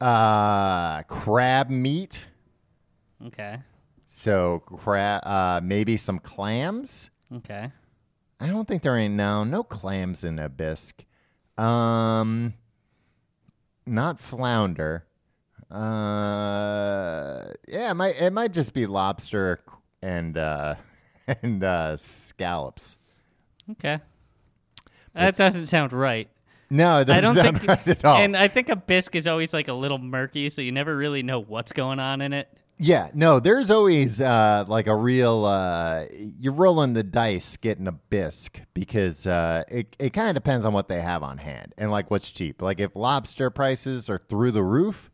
S2: uh, crab meat,
S3: Okay.
S2: so crab, uh, maybe some clams.
S3: Okay.
S2: I don't think there ain't no no clams in a bisque. Um, not flounder. Uh, yeah, it might it might just be lobster and uh, <laughs> and uh, scallops.
S3: Okay. That doesn't sound right.
S2: No, it doesn't
S3: I don't
S2: sound
S3: think,
S2: right at all.
S3: and I think a bisque is always like a little murky, so you never really know what's going on in it.
S2: Yeah, no, there's always uh, like a real uh, you're rolling the dice getting a bisque because uh, it it kind of depends on what they have on hand and like what's cheap. Like if lobster prices are through the roof,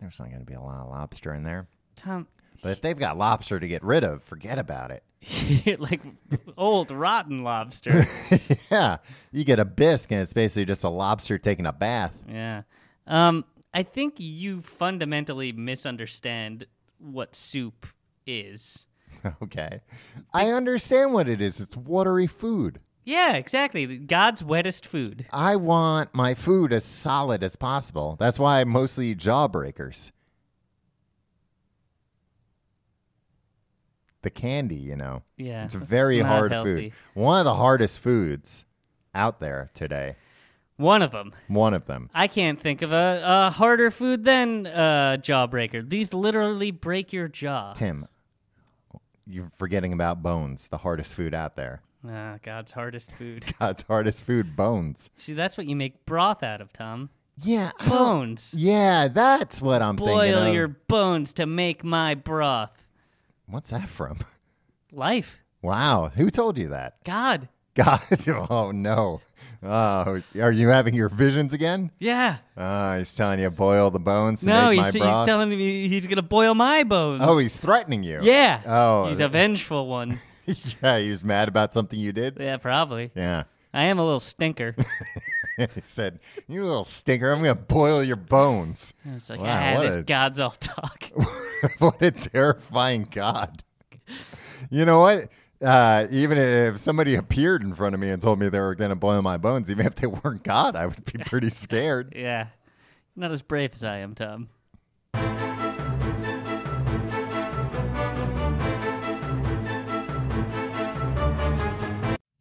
S2: there's not going to be a lot of lobster in there.
S3: Tom,
S2: But if they've got lobster to get rid of, forget about it. <laughs>
S3: you're <laughs> like old rotten
S2: <laughs>
S3: lobster.
S2: yeah, you get a bisque and it's basically just a lobster taking a bath. <laughs>
S3: yeah. Um, I think you fundamentally misunderstand what soup is.
S2: okay, I understand what it is. It's watery food.
S3: Yeah, exactly. God's wettest food.
S2: I want my food as solid as possible. That's why I mostly eat jawbreakers. The candy, you know.
S3: Yeah,
S2: It's
S3: that's
S2: very
S3: not
S2: hard
S3: healthy.
S2: food. One of the hardest foods out there today.
S3: One of them.
S2: One of them.
S3: I can't think of a, a harder food than uh, Jawbreaker. These literally break your jaw.
S2: Tim, you're forgetting about bones, the hardest food out there. <laughs>
S3: Ah, God's hardest food.
S2: God's hardest food, bones.
S3: See, that's what you make broth out of, Tom.
S2: Yeah. I don't-
S3: Bones.
S2: Yeah, that's what I'm thinking.
S3: Boil
S2: of.
S3: your bones to make my broth.
S2: What's that from? <laughs>
S3: Life.
S2: Wow. Who told you that?
S3: God.
S2: <laughs> God. Oh, no. Oh, are you having your visions again?
S3: Yeah.
S2: Oh, he's telling you, boil the bones. to
S3: no,
S2: make
S3: he's,
S2: my
S3: he's
S2: broth.
S3: telling me he's going to boil my bones.
S2: Oh, he's threatening you.
S3: <laughs> Yeah.
S2: Oh,
S3: He's a vengeful one.
S2: <laughs>
S3: <laughs>
S2: yeah. He was mad about something you did.
S3: yeah, probably.
S2: Yeah. <laughs>
S3: I am a little stinker.
S2: he said, "You little stinker! I'm gonna boil your bones." <laughs>
S3: It's like,
S2: Wow,
S3: ah,
S2: what
S3: this
S2: a-
S3: God's
S2: <laughs>
S3: all talk. <laughs>
S2: what a terrifying God. You know what? Uh, even if somebody appeared in front of me and told me they were going to boil my bones, even if they weren't God, I would be pretty scared.
S3: yeah. Not as brave as I am, Tom.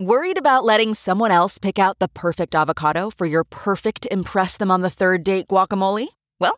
S5: Worried about letting someone else pick out the perfect avocado for your perfect Impress Them on the Third Date guacamole? Well,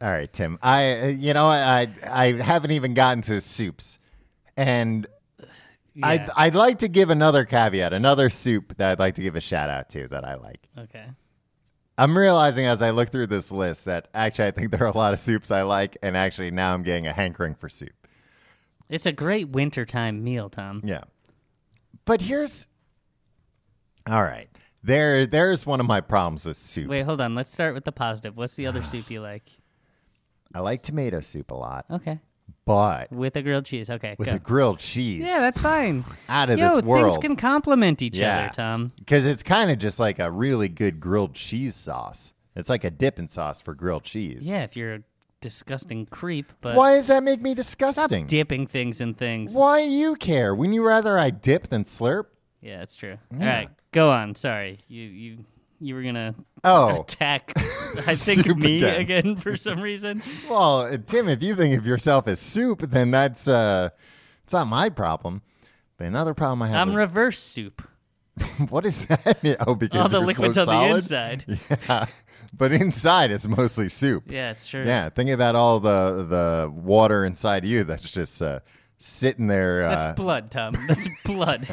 S2: All right, Tim. I, uh, you know, I, I haven't even gotten to soups, and I'd,
S3: Yeah.
S2: I'd like to give another caveat, another soup that I'd like to give a shout out to that I like.
S3: okay.
S2: I'm realizing as I look through this list that actually I think there are a lot of soups I like, and actually now I'm getting a hankering for soup.
S3: It's a great wintertime meal, Tom.
S2: Yeah. But here's All right. There there's one of my problems with soup.
S3: Wait, hold on. Let's start with the positive. What's the other soup
S2: <sighs>
S3: you like?
S2: I like tomato soup a lot,
S3: Okay.
S2: but
S3: With a grilled cheese. Okay.
S2: with
S3: go.
S2: the grilled cheese
S3: Oh, yeah, that's fine.
S2: out of
S3: Yo,
S2: this
S3: things
S2: world.
S3: can complement each
S2: Yeah.
S3: other, Tom.
S2: Cuz it's kind of just like a really good grilled cheese sauce. It's like a dipping sauce for grilled cheese.
S3: Yeah, if you're a disgusting creep, but
S2: Why does that make me
S3: stop
S2: disgusting?
S3: dipping things in things.
S2: Why do you care? Wouldn't you rather I dip than slurp?
S3: Yeah, that's true. All right, go on. Sorry, you you you were gonna
S2: Oh. <laughs>
S3: attack. I think
S2: Soup
S3: me
S2: attack.
S3: again for some
S2: <laughs>
S3: reason.
S2: Well, uh, Tim, if you think of yourself as soup, then that's uh it's not my problem. But another problem I have
S3: I'm
S2: is-
S3: reverse soup.
S2: <laughs> What is that? mean? Oh, because
S3: All the
S2: you're
S3: liquids
S2: so
S3: on
S2: solid?
S3: the inside.
S2: <laughs> Yeah, but inside it's mostly soup.
S3: Yeah, it's true.
S2: Yeah, think about all the the water inside you that's just uh, sitting there.
S3: That's
S2: Uh,
S3: blood, Tom.
S2: <laughs>
S3: That's blood.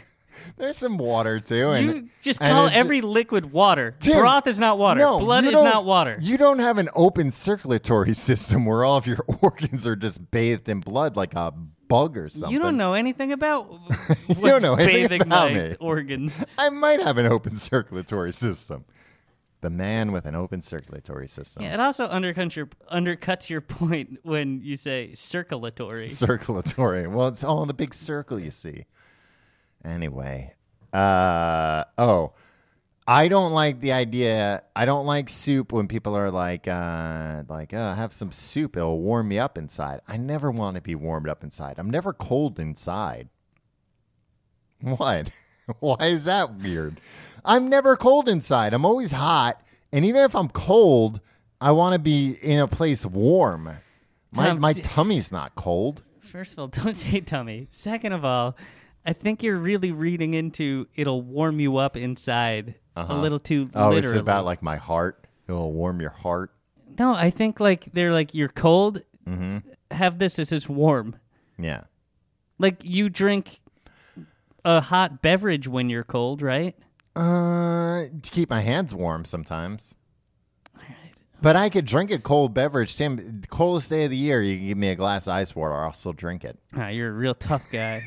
S2: there's some water too, and
S3: you just
S2: and
S3: call
S2: it's-
S3: every liquid water.
S2: Tim,
S3: Broth is not water.
S2: No,
S3: blood
S2: you
S3: is
S2: don't-
S3: not water.
S2: You don't have an open circulatory <laughs> system where all of your <laughs> organs are just bathed in blood like a bug or something.
S3: You don't know
S2: <laughs>
S3: anything about what's
S2: don't know anything
S3: bathing
S2: about
S3: my
S2: me.
S3: organs.
S2: I might have an open <laughs> circulatory system. The man with an open circulatory system.
S3: Yeah, it also undercuts your undercuts your point when you say
S2: <laughs>
S3: circulatory.
S2: circulatory. Well, it's all in a big circle, you see. Anyway, uh, oh, I don't like the idea. I don't like soup when people are like, uh, like, oh, have some soup. It'll warm me up inside. I never want to be warmed up inside. I'm never cold inside. <laughs> What? Why is that weird? I'm never cold inside. I'm always hot. And even if I'm cold, I want to be in a place warm. My,
S3: Tom,
S2: my
S3: d-
S2: tummy's not cold.
S3: First of all, <laughs> don't say tummy. Second of all, I think you're really reading into it'll warm you up inside a little too
S2: Oh,
S3: literally.
S2: it's about like my heart. It'll warm your heart.
S3: no, I think like they're like you're cold.
S2: Mm-hmm.
S3: Have this. This is warm.
S2: Yeah.
S3: Like you drink a hot beverage when you're cold, right?
S2: Uh, to keep my hands warm sometimes. But I could drink a cold beverage, Tim. Coldest day of the year, you can give me a glass of ice water. I'll still drink it. <laughs>
S3: Ah, you're a real tough guy.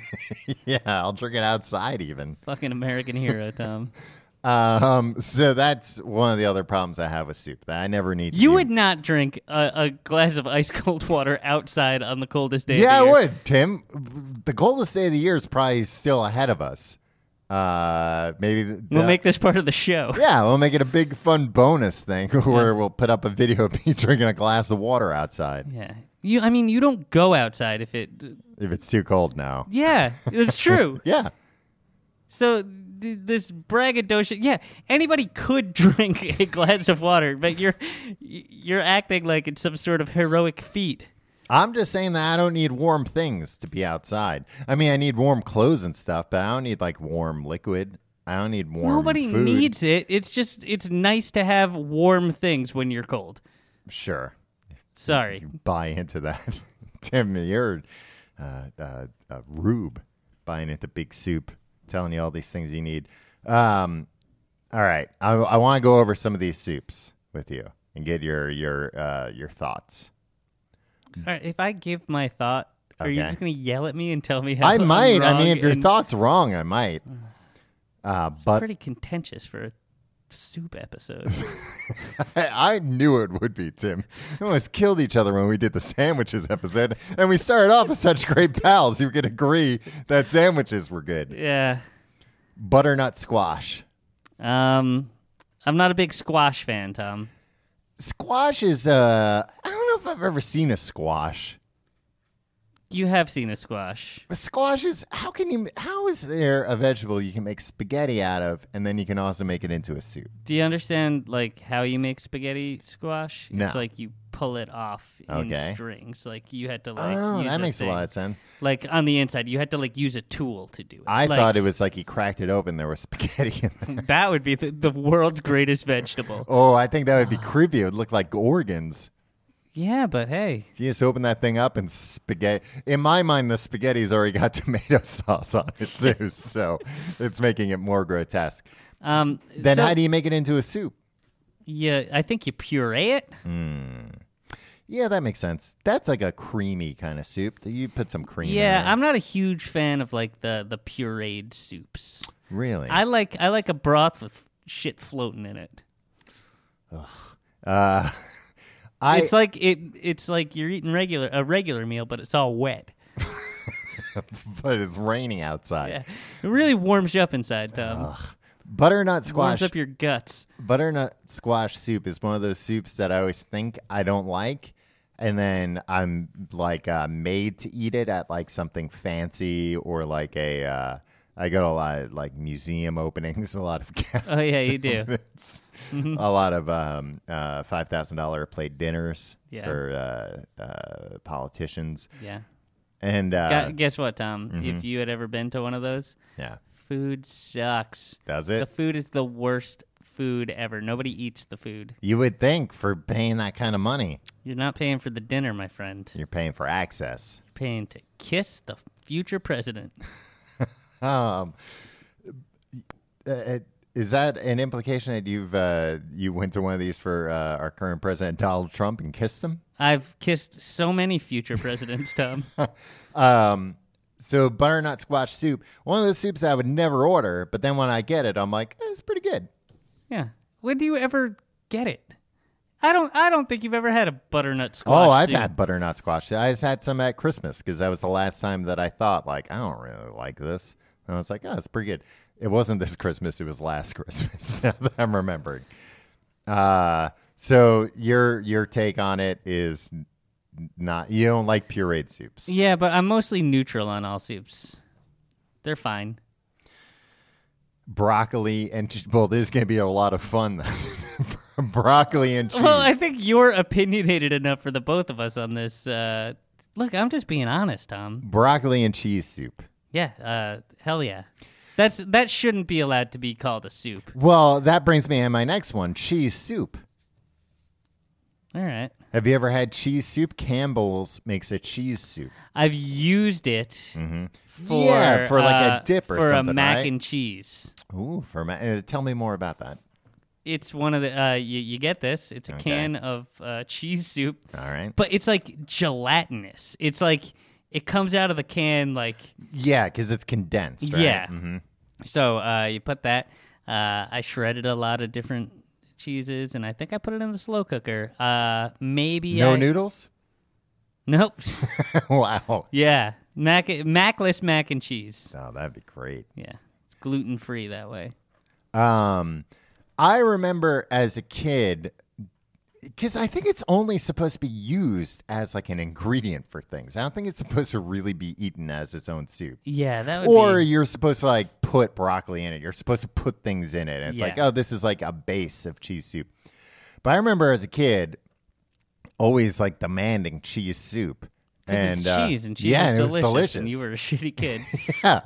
S2: yeah, I'll drink it outside even.
S3: <laughs> Fucking American hero, Tom.
S2: Um, so that's one of the other problems I have with soup that I never need. to
S3: You
S2: do.
S3: would not drink a, a glass of ice cold <laughs> water outside on the coldest day.
S2: Yeah, I
S3: of the year.
S2: would, Tim. The coldest day of the year is probably still ahead of us. Uh, maybe the,
S3: We'll
S2: the-
S3: make this part of the show.
S2: Yeah, we'll make it a big fun bonus thing <laughs> where we'll put up a video of me <laughs> drinking a glass of water outside
S3: Yeah. You, I mean, you don't go outside if it.
S2: if it's too cold now.
S3: Yeah, <laughs> it's true.
S2: Yeah.
S3: So th- this braggadocio, yeah, anybody could <laughs> drink a glass of water, but you're you're acting like it's some sort of heroic feat.
S2: I'm just saying that I don't need warm things to be outside. I mean, I need warm clothes and stuff, but I don't need like warm liquid. I don't need warm.
S3: Nobody
S2: food.
S3: needs it. It's just it's nice to have warm things when you're cold.
S2: Sure,
S3: Sorry.
S2: buy into that, <laughs> Tim. You're uh, uh, uh, rube buying into big soup, telling you all these things you need. Um, all right, I, I want to go over some of these soups with you and get your your uh, your thoughts.
S3: All right, if I give my thought, are you
S2: Okay.
S3: just going to yell at me and tell me how
S2: I
S3: I'm
S2: might. I mean,
S3: wrong
S2: if your
S3: and-
S2: thought's wrong, I
S3: <sighs>
S2: might. Uh, but
S3: pretty contentious for a soup episode.
S2: <laughs> I I knew it would be, Tim. We almost killed each other when we did the sandwiches episode, and we started off as such great pals who could agree that sandwiches were good.
S3: yeah.
S2: Butternut squash.
S3: Um I'm not a big squash fan, Tom.
S2: Squash is, uh, I don't know if I've ever seen a squash.
S3: You have seen a squash.
S2: A squash is, how can you, how is there a vegetable you can make spaghetti out of, and then you can also make it into a soup?
S3: Do you understand like how you make spaghetti squash?
S2: No.
S3: It's like you pull it off
S2: Okay.
S3: in strings. Like you had to like
S2: oh,
S3: use
S2: that makes a
S3: thing.
S2: lot of sense.
S3: Like on the inside, you had to like use a tool to do it.
S2: I
S3: Like,
S2: thought it was like he cracked it open, there was <laughs> spaghetti in there.
S3: <laughs> that would be the, the world's
S2: <laughs>
S3: greatest vegetable.
S2: Oh, I think that would
S3: <sighs>
S2: be creepy. It would look like organs.
S3: Yeah, but hey,
S2: You just open that thing up and spaghetti. In my mind, the spaghetti's already got <laughs> tomato sauce on it too, so it's making it more
S3: <laughs>
S2: grotesque.
S3: um,
S2: Then
S3: so-
S2: how do you make it into a soup?
S3: yeah, I think you puree it.
S2: Yeah, that makes sense. That's like a creamy kind of soup. that You put some cream.
S3: Yeah,
S2: in
S3: I'm not a huge fan of like the the pureed soups.
S2: it. really.
S3: I like I like a broth with shit floating in it.
S2: uh, <laughs> I
S3: it's like it it's like you're eating regular a regular meal, but it's all wet. <laughs>
S2: but it's raining outside.
S3: Yeah. It really warms you up inside, Tom.
S2: Butternut
S3: warms
S2: squash.
S3: up your guts.
S2: butternut squash soup is one of those soups that I always think I don't like, and then I'm like uh, made to eat it at like something fancy or like a. Uh, I go to a lot of like museum <laughs> openings, a
S3: <laughs>
S2: lot of <laughs>
S3: Oh yeah, you do.
S2: cabinets,
S3: mm-hmm.
S2: a lot of um, uh, five thousand dollar plate dinners
S3: Yeah.
S2: for uh, uh, politicians,
S3: yeah.
S2: and
S3: Gu-
S2: uh, mm-hmm.
S3: Guess what, Tom? If you had ever been to one of those,
S2: yeah,
S3: food sucks.
S2: does
S3: The
S2: it?
S3: food is the worst food ever. Nobody eats the food.
S2: You would think for paying that kind of money,
S3: You're not paying for the dinner, my friend. You're
S2: you're paying for access.
S3: paying to kiss the future president. <laughs>
S2: Um, uh, uh, is that an implication that you've uh, you went to one of these for uh, our current president Donald Trump and kissed him?
S3: I've kissed so many future presidents, Tom.
S2: <laughs> Um, so butternut squash soup, one of those soups that I would never order, but then when I get it, I'm like, eh, it's pretty good.
S3: yeah. When do you ever get it? I don't. I don't think you've ever had a butternut squash.
S2: Oh, I've
S3: soup.
S2: had butternut squash. I just had some at Christmas because that was the last time that I thought like I don't really like this, and I was like, oh, it's pretty good. It wasn't this <laughs> Christmas; it was last Christmas. now that I'm remembering. Uh, so your your take on it is n- not you don't like pureed soups.
S3: Yeah, but I'm mostly neutral on all soups. They're fine.
S2: Broccoli and che- well, this is gonna be a lot of fun. then. <laughs> Broccoli and cheese.
S3: Well, I think you're opinionated enough for the both of us on this. Uh, look, I'm just being honest, Tom.
S2: Broccoli and cheese soup.
S3: Yeah, uh, hell yeah. That's that shouldn't be allowed to be called a soup.
S2: Well, that brings me to my next one: cheese soup.
S3: All right.
S2: Have you ever had cheese soup? Campbell's makes a cheese soup.
S3: I've used it for
S2: Mm-hmm. Yeah, for like a
S3: uh,
S2: dip or
S3: for
S2: something,
S3: a mac
S2: right?
S3: and cheese.
S2: Ooh, for ma- uh, tell me more about that.
S3: it's one of the uh, you, you get this. It's a can of uh, cheese soup.
S2: All right.
S3: But it's like gelatinous. It's like it comes out of the can like
S2: Yeah, because it's condensed. Right? Mm-hmm.
S3: yeah. So uh, you put that. Uh, I shredded a lot of different cheeses, and I think I put it in the slow cooker. Uh, maybe
S2: No
S3: I-
S2: noodles. <laughs>
S3: Nope. <laughs>
S2: wow.
S3: yeah, mac macless mac and cheese.
S2: Oh, that'd be great.
S3: Yeah, it's gluten free that way.
S2: Um, I remember as a kid, because I think it's only supposed to be used as like an ingredient for things. I don't think it's supposed to really be eaten as its own soup.
S3: Yeah, that would
S2: Or
S3: be.
S2: you're supposed to like put broccoli in it. You're supposed to put things in it. And it's like,
S3: Yeah.
S2: oh, this is like a base of cheese soup. But I remember as a kid, always like demanding cheese soup.
S3: 'cause
S2: And
S3: it's
S2: uh,
S3: cheese and cheese
S2: yeah,
S3: is
S2: and it was
S3: delicious,
S2: delicious.
S3: And you were a shitty kid.
S2: <laughs> Yeah,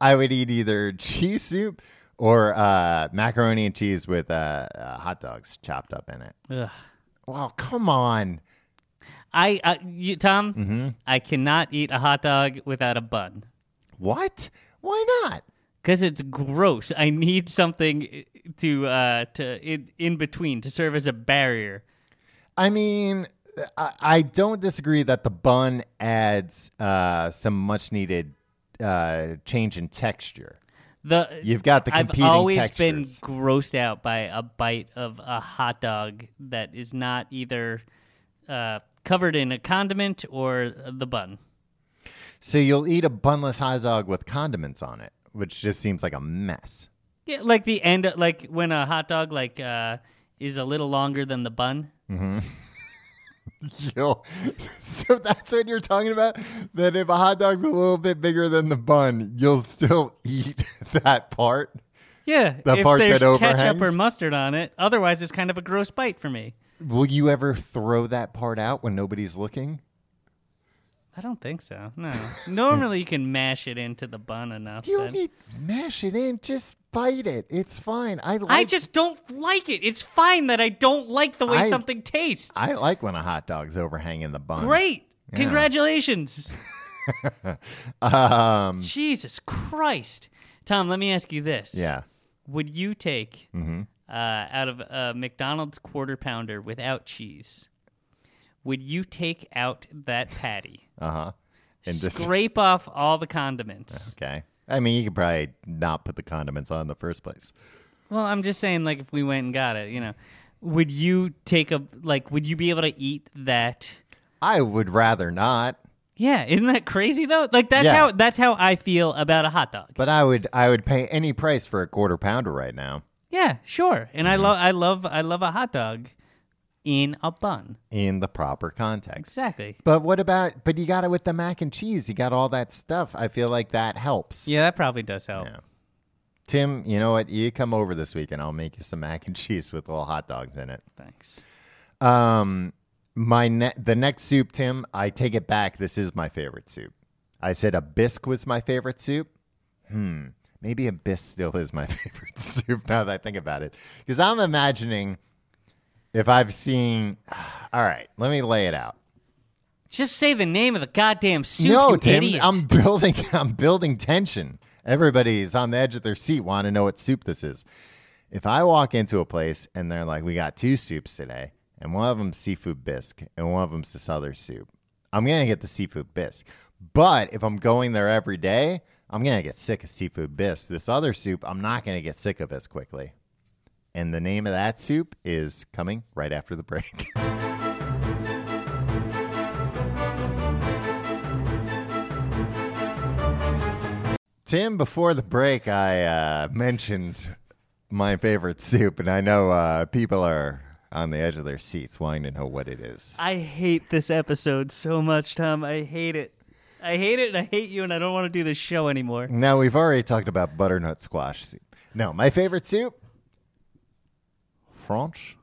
S2: I would eat either cheese soup or uh, macaroni and cheese with uh, uh, hot dogs chopped up in it.
S3: Ugh.
S2: Wow, come on!
S3: I, uh, you, Tom,
S2: Mm-hmm.
S3: I cannot eat a hot dog without a bun
S2: What? Why not?
S3: because it's gross. I need something to uh, to in, in between to serve as a barrier.
S2: I mean, I, I don't disagree that the bun adds uh, some much-needed uh, change in texture.
S3: The
S2: You've got the
S3: I've
S2: competing
S3: always
S2: textures.
S3: been grossed out by a bite of a hot dog that is not either uh, covered in a condiment or the bun.
S2: So you'll eat a bunless hot dog with condiments on it, which just seems like a mess. <laughs>
S3: Yeah, like the end, like when a hot dog like uh, is a little longer than the bun.
S2: Yo, so that's what you're talking about? That if a hot dog's a little bit bigger than the bun, you'll still <laughs> eat that part?
S3: Yeah,
S2: The
S3: if
S2: part that
S3: there's ketchup
S2: overhangs?
S3: or mustard on it. Otherwise, it's kind of a gross bite for me.
S2: Will you ever throw that part out when nobody's looking?
S3: I don't think so.
S2: <laughs>
S3: No, normally you can mash it into the bun enough.
S2: You
S3: that-
S2: don't need to mash it in, just bite it. It's fine. I like
S3: I just don't like it. It's fine that I don't like the way
S2: I-
S3: something tastes.
S2: I like when a hot dog's overhanging the bun.
S3: Great. Congratulations.
S2: <laughs> Um
S3: Jesus Christ. Tom, let me ask you this.
S2: yeah.
S3: Would you take
S2: Mm-hmm.
S3: uh, out of a McDonald's quarter pounder without cheese? Would you take out that patty?
S2: Uh-huh. And just
S3: Scrape off all the condiments.
S2: Okay. I mean, you could probably not put the condiments on in the first place.
S3: Well, I'm just saying, like, if we went and got it, you know, would you take a, like, would you be able to eat that?
S2: I would rather not.
S3: Yeah, isn't that crazy though? Like that's
S2: Yeah.
S3: how that's how I feel about a hot dog.
S2: But I would I would pay any price for a quarter pounder right now
S3: Yeah, sure. And
S2: Mm-hmm.
S3: I love I love I love a hot dog in a bun.
S2: in the proper context.
S3: Exactly.
S2: But what about but you got it with the mac and cheese, you got all that stuff. I feel like that helps.
S3: Yeah, that probably does help.
S2: Yeah. Tim, you know what? You come over this week and I'll make you some mac and cheese with little hot dogs in it.
S3: Thanks.
S2: Um my ne- the next soup, Tim, I take it back. This is my favorite soup. I said a bisque was my favorite soup. Hmm. Maybe a bisque still is my <laughs> favorite soup now that I think about it. Because I'm imagining if I've seen <sighs> all right, let me lay it out.
S3: Just say the name of the goddamn soup,
S2: no,
S3: you
S2: Tim,
S3: idiot.
S2: I'm building <laughs> I'm building tension. Everybody's on the edge of their seat want to know what soup this is. If I walk into a place and they're like, "We got two soups today, and one of them's seafood bisque, and one of them's this other soup," I'm gonna get the seafood bisque. But if I'm going there every day, I'm gonna get sick of seafood bisque. This other soup, I'm not gonna get sick of as quickly. And the name of that soup is coming right after the break. <laughs> Tim, before the break, I uh, mentioned my favorite soup, and I know uh, people are on the edge of their seats wanting to know what it is.
S3: I hate this episode so much, Tom. I hate it. I hate it and I hate you and I don't want to do this show anymore.
S2: Now, we've already talked about butternut squash soup. No, my favorite soup French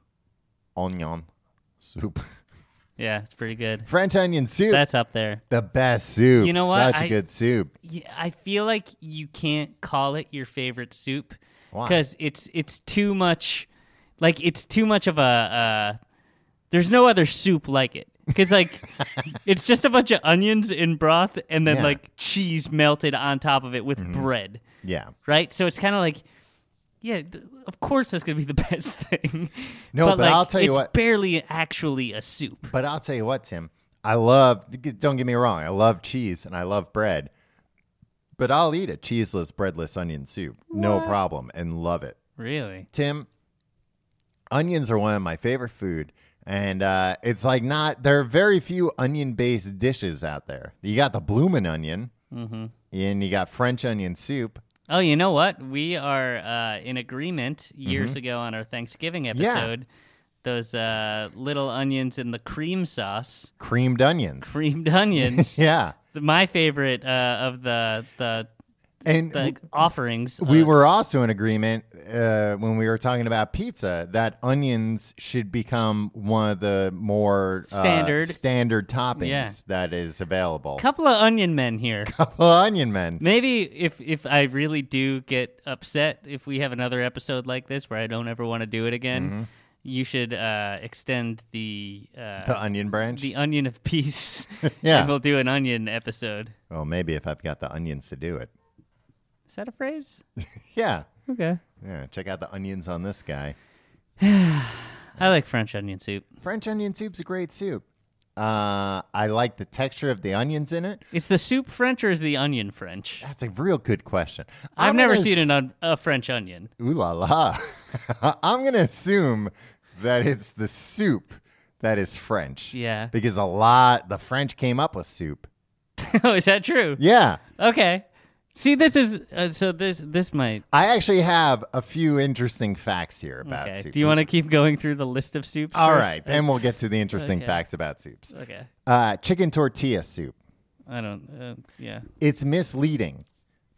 S2: onion soup. <laughs>
S3: Yeah, it's pretty good.
S2: French onion soup.
S3: That's up there.
S2: the best soup.
S3: You know what?
S2: Such a
S3: I-
S2: good soup.
S3: Yeah, I feel like you can't call it your favorite soup
S2: Why?
S3: because it's it's too much. Like it's too much of a. Uh, there's no other soup like it
S2: <laughs>
S3: because like it's just a bunch of onions in broth and then
S2: Yeah. Mm-hmm.
S3: like cheese melted on top of it with bread,
S2: Yeah.
S3: right? So it's kind of like Yeah, th- of course that's gonna be the <laughs> best thing.
S2: No, but
S3: like,
S2: I'll tell you
S3: it's
S2: what-
S3: barely actually a soup.
S2: But I'll tell you what, Tim. I love. Don't get me wrong. I love cheese and I love bread. But I'll eat a cheeseless, breadless onion soup, no problem, and love it.
S3: Really?
S2: Tim, onions are one of my favorite food, and uh, it's like not there are very few onion-based dishes out there. You got the bloomin' onion,
S3: Mm-hmm.
S2: and you got French onion soup.
S3: Oh, you know what? We are uh, in agreement years
S2: Mm-hmm.
S3: ago on our Thanksgiving episode. Those uh, little onions in the cream sauce, <laughs>
S2: creamed onions.
S3: creamed onions.
S2: <laughs> yeah.
S3: The- My favorite uh, of the the,
S2: And
S3: the offerings.
S2: we
S3: uh,
S2: were also in agreement uh, when we were talking about pizza that onions should become one of the more uh,
S3: Standard.
S2: standard toppings
S3: Yeah.
S2: that is available. <laughs>
S3: couple of onion men here.
S2: Couple of onion men.
S3: Maybe if if I really do get upset if we have another episode like this where I don't ever want to do it again,
S2: Mm-hmm.
S3: you should uh, extend the uh,
S2: The onion branch.
S3: the onion of
S2: <laughs>
S3: peace. <laughs>
S2: Yeah.
S3: and we'll do an onion episode.
S2: well, maybe if I've got the onions to do it.
S3: Is that a phrase?
S2: Yeah.
S3: Okay.
S2: Yeah. Check out the onions on this guy.
S3: I like French onion soup.
S2: French onion soup's a great soup. Uh, I like the texture of the onions in it.
S3: Is the soup French or is the onion French?
S2: That's a real good question.
S3: I've
S2: I'm
S3: never
S2: gonna
S3: seen
S2: s-
S3: an on, a French onion. <laughs>
S2: Ooh la la. <laughs> I'm going to assume that it's the soup that is French.
S3: Yeah.
S2: Because a lot, the French came up with soup.
S3: oh, is that true?
S2: Yeah.
S3: Okay. See, this is uh, so. This this might.
S2: I actually have a few interesting facts here about
S3: Okay.
S2: soup.
S3: Do you want to keep going through the list of soups?
S2: All
S3: first?
S2: right. Then we'll get to the interesting
S3: Okay.
S2: facts about soups.
S3: Okay.
S2: Uh, chicken tortilla soup.
S3: I don't. Uh, yeah.
S2: It's misleading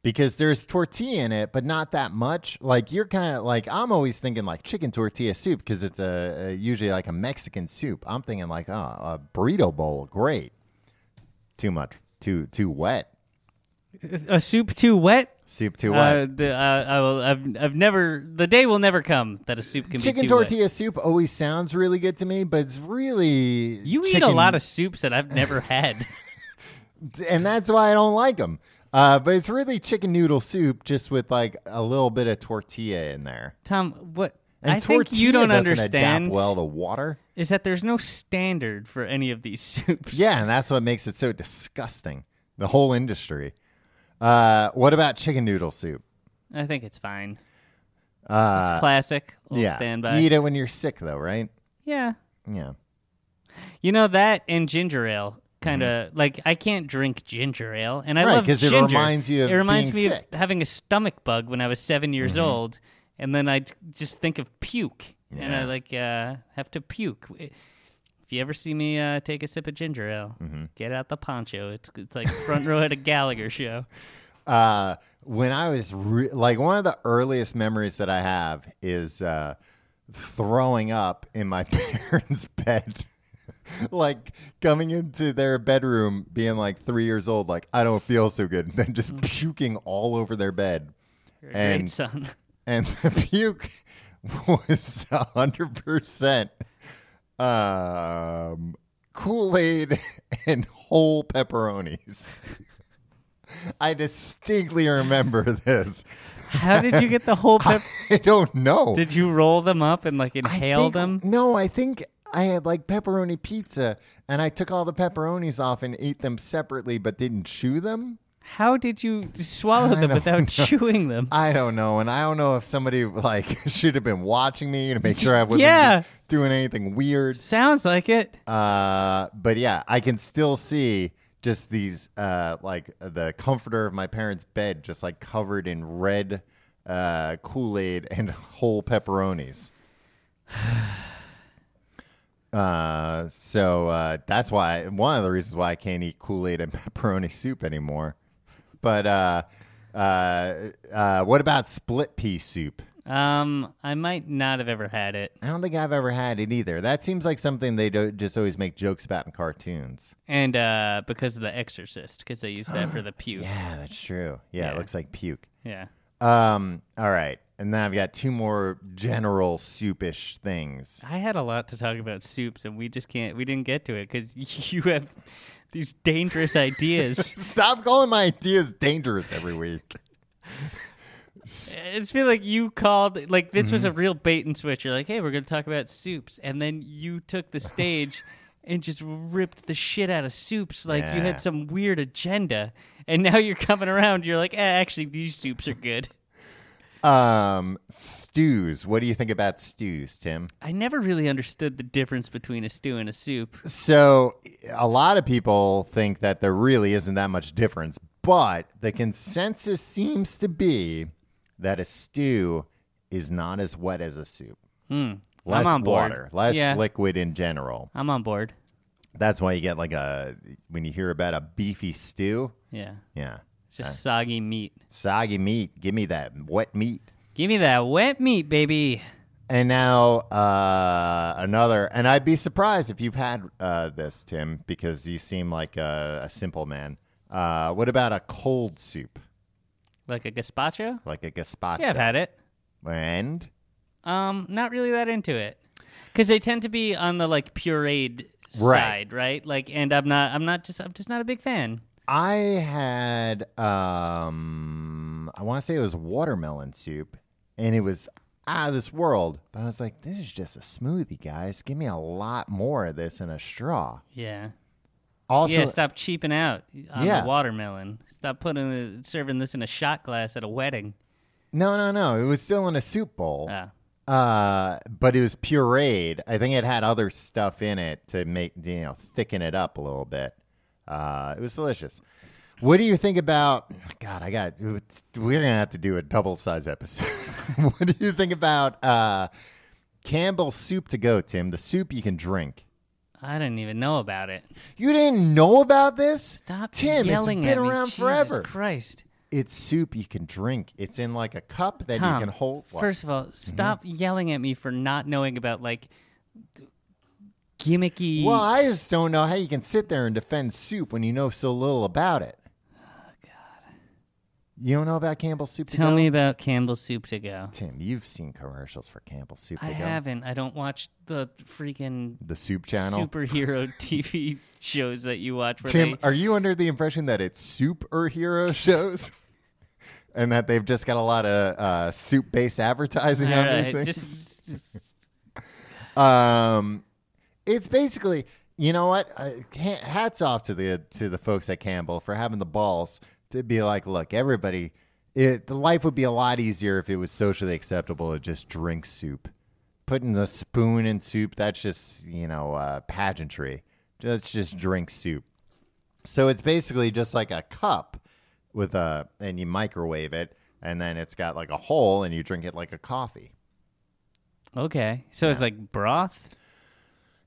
S2: because there's tortilla in it, but not that much. Like you're kind of like I'm always thinking like chicken tortilla soup because it's a, a usually like a Mexican soup. I'm thinking like oh, a burrito bowl, great. Too much, too too wet.
S3: A soup too wet.
S2: Soup too wet.
S3: Uh, the, uh, I will, I've, I've never. The day will never come that a soup can
S2: chicken
S3: be too wet.
S2: tortilla soup always sounds really good to me, but it's really
S3: You eat a
S2: chicken-
S3: lot of soups that
S2: <laughs>
S3: I've never had.
S2: and that's why I don't like them. Uh, but it's really chicken noodle soup, just with like a little bit of tortilla in there.
S3: Tom, what?
S2: And
S3: I think you
S2: tortilla
S3: don't
S2: doesn't adapt
S3: understand
S2: well to water.
S3: is that there's no standard for any of these soups.
S2: Yeah, and that's what makes it so disgusting. The whole industry. Uh, what about chicken noodle soup?
S3: I think it's fine.
S2: Uh,
S3: It's classic. Old
S2: yeah,
S3: standby.
S2: You eat it when you're sick, though, right?
S3: Yeah.
S2: Yeah.
S3: You know that and ginger ale kind of like I can't drink ginger ale and I
S2: Mm-hmm. Right,
S3: love
S2: 'cause it
S3: ginger.
S2: reminds you of
S3: it reminds
S2: being
S3: me
S2: sick. Mm-hmm.
S3: of having a stomach bug when I was 7 years old and then I just think of puke and I like uh, have to puke. If you ever see me uh, take a sip of ginger ale,
S2: Mm-hmm.
S3: get out the poncho. It's it's like front row at a Gallagher show.
S2: Uh, when I was re- like, one of the earliest memories that I have is uh, throwing up in my <laughs> parents' bed. <laughs> like coming into their bedroom, being like three years old, like, I don't feel so good. <laughs> And then just puking all over their bed.
S3: Mm. You're a
S2: And- <laughs>
S3: great son.
S2: and the puke was 100% um, Kool Aid <laughs> and whole pepperonis. <laughs> I distinctly remember this.
S3: How did you get the whole pep?
S2: I don't know.
S3: Did you roll them up and like
S2: I
S3: inhale
S2: think-
S3: them?
S2: No, I think I had like pepperoni pizza and I took all the pepperonis off and ate them separately but didn't chew them.
S3: How did you swallow them
S2: don't
S3: without
S2: know.
S3: <laughs> chewing them?
S2: I don't know, and I don't know if somebody like <laughs> should have been watching me to make sure I wasn't
S3: Yeah.
S2: doing anything weird.
S3: Sounds like it.
S2: Uh, but yeah, I can still see just these uh, like the comforter of my parents' bed, just like covered in red uh, Kool Aid <laughs> and whole pepperonis. <sighs> Uh, so uh, that's why one of the reasons why I can't eat Kool Aid and <laughs> pepperoni soup anymore. But uh, uh, uh, what about split pea soup?
S3: Um, I might not have ever had it,
S2: I don't think I've ever had it either. That seems like something they do, just always make jokes about in cartoons.
S3: and uh, because of The Exorcist, because they used that for the puke. Yeah.
S2: Yeah, that's true. Yeah, it
S3: Yeah.
S2: looks like puke. Um, all right. And then I've got two more general soupish
S3: <laughs>
S2: things.
S3: I had a lot to talk about soups, and we just can't. We didn't get to it because <laughs> you have these
S2: <laughs>
S3: dangerous ideas.
S2: Stop calling my ideas dangerous every week.
S3: I just feel like you called like this was a real bait and switch. You're like, hey, we're gonna talk about soups, and then you took the stage and just ripped the shit out of soups like you
S2: Yeah.
S3: had some weird agenda. And now you're coming around. You're like, eh, actually, these soups are good.
S2: Um, stews. What do you think about stews, Tim?
S3: I never really understood the difference between a stew and a soup.
S2: So, a lot of people think that there really isn't that much difference, but the consensus seems to be that a stew is not as wet as a soup. Less
S3: I'm on board.
S2: water, less
S3: Yeah.
S2: liquid in general.
S3: I'm on board.
S2: That's why you get like a when you hear about a beefy stew.
S3: Yeah,
S2: Yeah,
S3: it's just soggy meat.
S2: soggy meat. Give me that wet meat.
S3: Give me that wet meat, baby.
S2: And now uh, another, and I'd be surprised if you've had uh, this, Tim, because you seem like a, a simple man. Uh, what about a cold soup,
S3: Like a gazpacho?
S2: like a gazpacho?
S3: Yeah, I've had it.
S2: And
S3: Um, not really that into it, because they tend to be on the like pureed
S2: Right.
S3: side, right? Like, and I'm not, I'm not just, I'm just not a big fan.
S2: I had, um, I want to say it was watermelon soup, and it was out of this world. But I was like, this is just a smoothie, guys. Give me a lot more of this in a straw.
S3: Yeah,
S2: Also,
S3: yeah. Stop cheaping out on
S2: Yeah.
S3: the watermelon. Stop putting the, serving this in a shot glass at a wedding.
S2: no, no, no. It was still in a soup bowl.
S3: Uh,
S2: Uh, but it was pureed. I think it had other stuff in it to make you know thicken it up a little bit. Uh, it was delicious. What do you think about? God, I got. We're gonna have to do a double size episode. <laughs> what do you think about uh, Campbell's soup to go, Tim? The soup you can drink.
S3: I didn't even know about it.
S2: You didn't know about this,
S3: Stop
S2: Tim?
S3: yelling
S2: it's been
S3: at me.
S2: around
S3: Jesus
S2: forever.
S3: Christ.
S2: It's soup you can drink. It's in like a cup that
S3: Tom,
S2: you can hold. What? Mm-hmm.
S3: First of all, stop yelling at me for not knowing about like d- gimmicky.
S2: Well, I
S3: s-
S2: just don't know how you can sit there and defend soup when you know so little about it. Oh, God. You don't know about Campbell's soup? to
S3: tell
S2: go?
S3: me about Campbell's soup to go.
S2: Tim, you've seen commercials for Campbell's soup. To
S3: I
S2: go.
S3: haven't. I don't watch the freaking
S2: The Soup Channel. <laughs>
S3: superhero TV shows that you watch. Where
S2: Tim,
S3: they,
S2: are you under the impression that it's soup or hero <laughs> shows? and that they've just got a lot of uh, soup-based advertising
S3: All
S2: on
S3: right,
S2: these things?
S3: just- just-
S2: Um, it's basically, you know what? I, ha- hats off to the to the folks at Campbell for having the balls to be like, look, everybody, it, the life would be a lot easier if it was socially acceptable to just drink soup. Putting a spoon in soup, that's just you know uh, pageantry. Let's just drink soup. So it's basically just like a cup with a, and you microwave it, and then it's got like a hole, and you drink it like a coffee.
S3: okay, so it's like broth.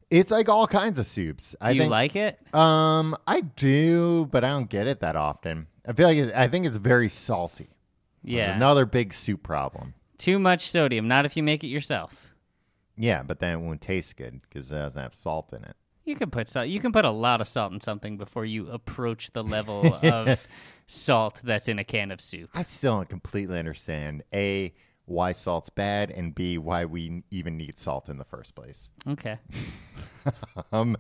S2: It's like all kinds of soups.
S3: Do
S2: I
S3: you
S2: think,
S3: like it?
S2: Um, I do, but I don't get it that often. I feel like it, I think it's very salty.
S3: Yeah,
S2: another big soup problem.
S3: too much sodium. Not if you make it yourself.
S2: Yeah, but then it won't taste good because it doesn't have salt in it.
S3: You can put salt. You can put a lot of salt in something before you approach
S2: <laughs>
S3: the level of salt that's in a can of soup.
S2: I still don't completely understand a why salt's bad and b why we even need salt in the first place.
S3: Okay.
S2: Um,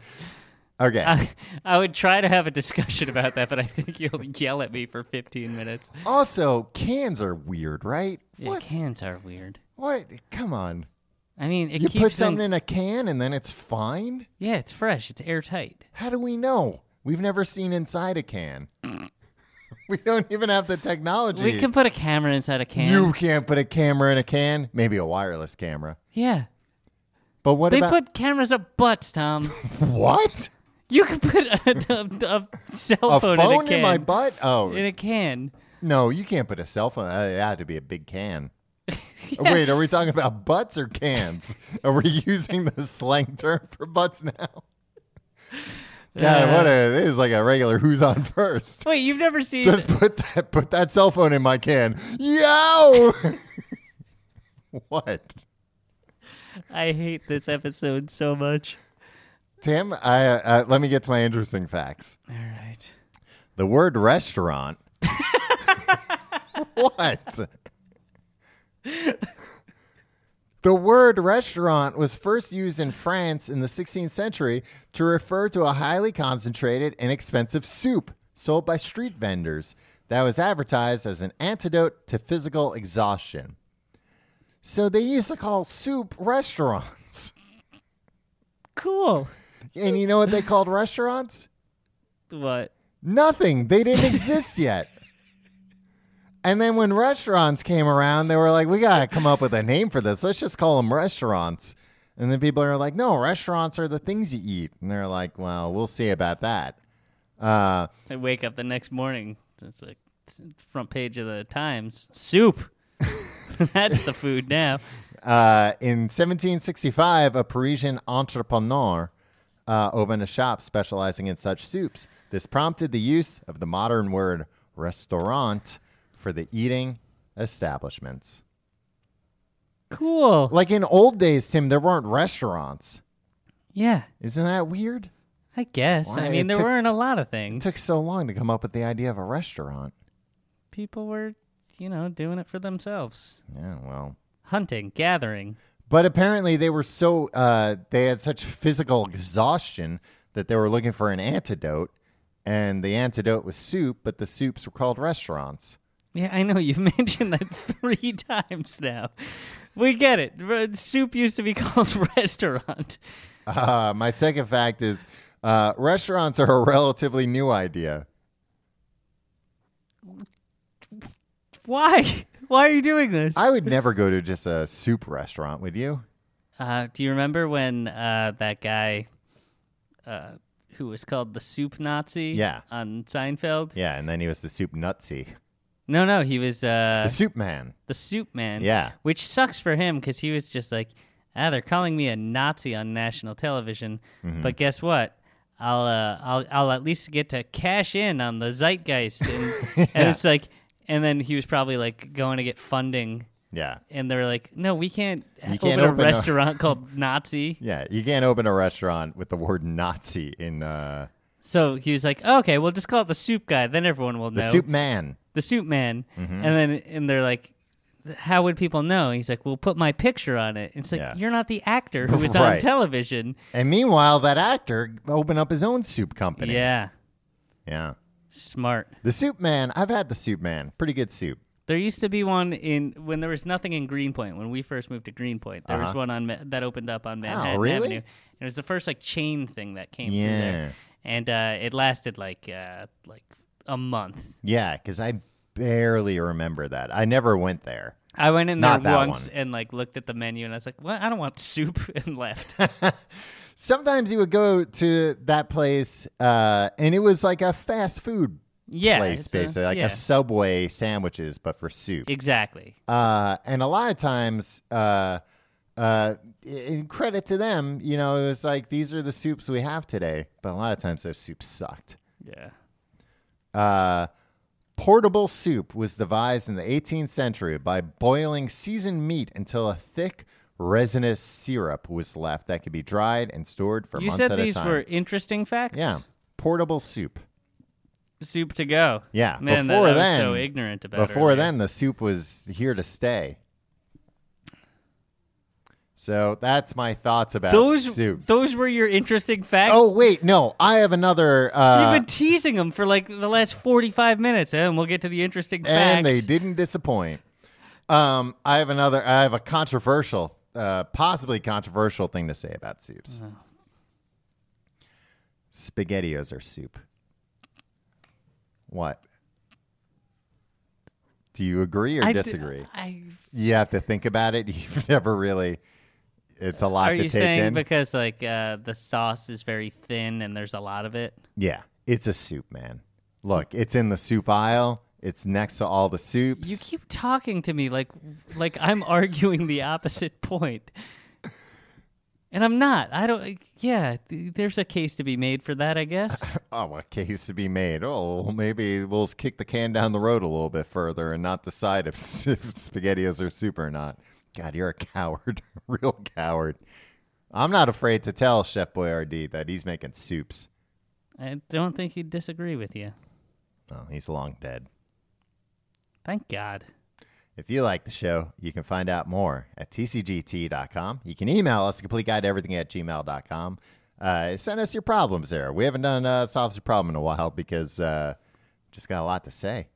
S2: okay.
S3: I, I would try to have a discussion about that, but I
S2: <laughs>
S3: think you'll yell at me for 15 minutes.
S2: also, cans are weird, right?
S3: Yeah,
S2: What's-
S3: cans are weird.
S2: What? Come on.
S3: I mean, it
S2: you
S3: keeps
S2: put something
S3: things-
S2: in a can and then it's fine.
S3: Yeah, it's fresh. It's airtight.
S2: How do we know? We've never seen inside a can. <laughs> we don't even have the technology.
S3: We can put a camera inside a can.
S2: you can't put a camera in a can. Maybe a wireless camera.
S3: yeah.
S2: But what
S3: they
S2: about
S3: put cameras up
S2: <laughs>
S3: butts, Tom.
S2: what?
S3: you can put a, a, a cell
S2: A
S3: phone,
S2: phone,
S3: in a
S2: in,
S3: can.
S2: my butt? Oh
S3: In a can.
S2: no, you can't put a cell phone. Uh, it had to be a big
S3: <laughs>
S2: can. Wait, are we talking about butts or cans? are we <laughs> using the slang term for butts now? God, what a this is like a regular who's on first.
S3: Wait, you've never seen.
S2: Just put that put that cell phone in my can. Yo. <laughs> what?
S3: I hate this episode so much.
S2: Tim, I uh, let me get to my interesting facts.
S3: All right.
S2: The word restaurant. <laughs> what? The word restaurant was first used in France in the 16th century to refer to a highly concentrated and expensive soup sold by street vendors. that was advertised as an antidote to physical exhaustion. So they used to call soup restaurants. <laughs>
S3: Cool.
S2: And you know what they called restaurants?
S3: What?
S2: Nothing. They didn't exist yet. And then when restaurants came around, they were like, we got to come up with a name for this. Let's just call them restaurants. And then people are like, no, restaurants are the things you eat. And they're like, well, we'll see about that. Uh,
S3: I wake up the next morning. It's like front page of the Times. Soup. <laughs> That's the food now.
S2: Uh, in 1765, a Parisian entrepreneur uh, opened a shop specializing in such soups. This prompted the use of the modern word restaurant for the eating establishments.
S3: Cool.
S2: <laughs> Like in old days, Tim, there weren't restaurants.
S3: yeah,
S2: Isn't that weird?
S3: I guess.
S2: Why,
S3: I
S2: it
S3: mean, there
S2: took-
S3: weren't a lot of things.
S2: It took so long to come up with the idea of a restaurant.
S3: People were, you know, doing it for themselves.
S2: Yeah, well.
S3: Hunting, gathering.
S2: But apparently, they were so uh, they had such physical exhaustion that they were looking for an antidote, and the antidote was soup. But the soups were called restaurants. <laughs>
S3: Yeah, I know. <laughs> You've mentioned that three <laughs> times now. We get it. R- Soup used to be <laughs> called restaurant.
S2: Uh, my second fact is uh, restaurants are a relatively new idea.
S3: Why? Why are you doing this?
S2: I would never go to just a soup restaurant, would you?
S3: Uh, do you remember when uh, that guy, uh, who was called the Soup Nazi,
S2: Yeah.
S3: on Seinfeld?
S2: Yeah, and then he was the soup nutsy,
S3: No, no, he was uh,
S2: the soup man.
S3: the Soup Man.
S2: Yeah.
S3: which sucks for him because he was just like, ah, they're calling me a Nazi on national television,
S2: Mm-hmm.
S3: but guess what? I'll, uh, I'll I'll at least get to cash in on the
S2: <laughs>
S3: zeitgeist, and, and it's like, and then he was probably like going to get funding.
S2: Yeah,
S3: And they're like, no, we can't,
S2: You
S3: open
S2: can't
S3: a
S2: open a-
S3: restaurant called Nazi.
S2: yeah. You can't open a restaurant with the word Nazi in uh,
S3: So he was like, "Oh, "Okay, we'll just call it the soup guy. Then everyone will
S2: the
S3: know
S2: soup Mm-hmm. man.
S3: the soup man." And then and they're like, "How would people know?" He's like, "We'll put my picture on it." It's like
S2: Yeah.
S3: you're not the
S2: <laughs>
S3: actor who was on
S2: Right.
S3: television.
S2: And meanwhile, that actor opened up his own soup company.
S3: Yeah,
S2: Yeah.
S3: smart.
S2: The Soup Man. I've had the Soup Man. Pretty good soup.
S3: There used to be one in when there was nothing in Greenpoint when we first moved to Greenpoint. There was one on Ma- that opened up on Manhattan
S2: Uh-huh. Oh, really?
S3: Avenue. And it was the first like chain thing that came through there, and uh, it lasted like uh, like a month.
S2: Yeah, because I barely remember that. I never went there.
S3: I went in
S2: Not
S3: there
S2: that
S3: once
S2: one.
S3: and like looked at the menu and I was like, "What? I don't want <laughs> soup,"
S2: <laughs>
S3: and left.
S2: Sometimes you would go to that place, uh, and it was like a fast food
S3: yeah,
S2: place,
S3: it's a-
S2: basically, like
S3: yeah,
S2: a Subway sandwiches, but for soup.
S3: exactly.
S2: uh, and a lot of times, uh, uh, in credit to them, you know, it was like these are the soups we have today. But a lot of times, those soups sucked.
S3: Yeah,
S2: Uh, portable soup was devised in the 18th century by boiling seasoned meat until a thick resinous syrup was left that could be dried and stored for
S3: you
S2: months
S3: said
S2: at
S3: these
S2: a time.
S3: were interesting facts.
S2: yeah, portable soup.
S3: soup to go.
S2: Yeah,
S3: man, that-
S2: before
S3: I was
S2: then,
S3: so ignorant about.
S2: Before
S3: earlier.
S2: then, the soup was here to stay. So that's my thoughts about
S3: those
S2: soup.
S3: those were your interesting facts.
S2: Oh wait, no, I have another. Uh,
S3: You've been teasing them for like the last forty-five minutes, eh, and we'll get to the interesting facts.
S2: and they didn't disappoint. Um, I have another. I have a controversial, uh, possibly controversial thing to say about soups.
S3: Uh.
S2: Spaghettios are soup. What? Do you agree or
S3: I d-
S2: disagree?
S3: I-
S2: you have to think about it. <laughs> You've never really. It's a lot
S3: are
S2: to
S3: you
S2: take
S3: saying
S2: in.
S3: because like uh, the sauce is very thin and there's a lot of it?
S2: yeah, it's a soup, man. Look, it's in the soup aisle. It's next to all the soups.
S3: You keep talking to me like like I'm <laughs> arguing the opposite point. And I'm not. I don't yeah, th- there's a case to be made for that,
S2: <coughs>
S3: I guess.
S2: oh, a case to be made. Oh, well, maybe we'll just kick the can down the road a little bit further and not decide if, <laughs> if SpaghettiOs are soup or not. God, you're a coward, <laughs> real coward. I'm not afraid to tell Chef Boyardee that he's making soups.
S3: I don't think he'd disagree with you.
S2: Oh, he's long dead.
S3: Thank God. <laughs>
S2: If you like the show, you can find out more at tcgt.com. You can email us, the complete guide to everything at gmail.com. Uh, send us your problems there. We haven't done uh, Solves Your Problem in a while because uh, just got a lot to say.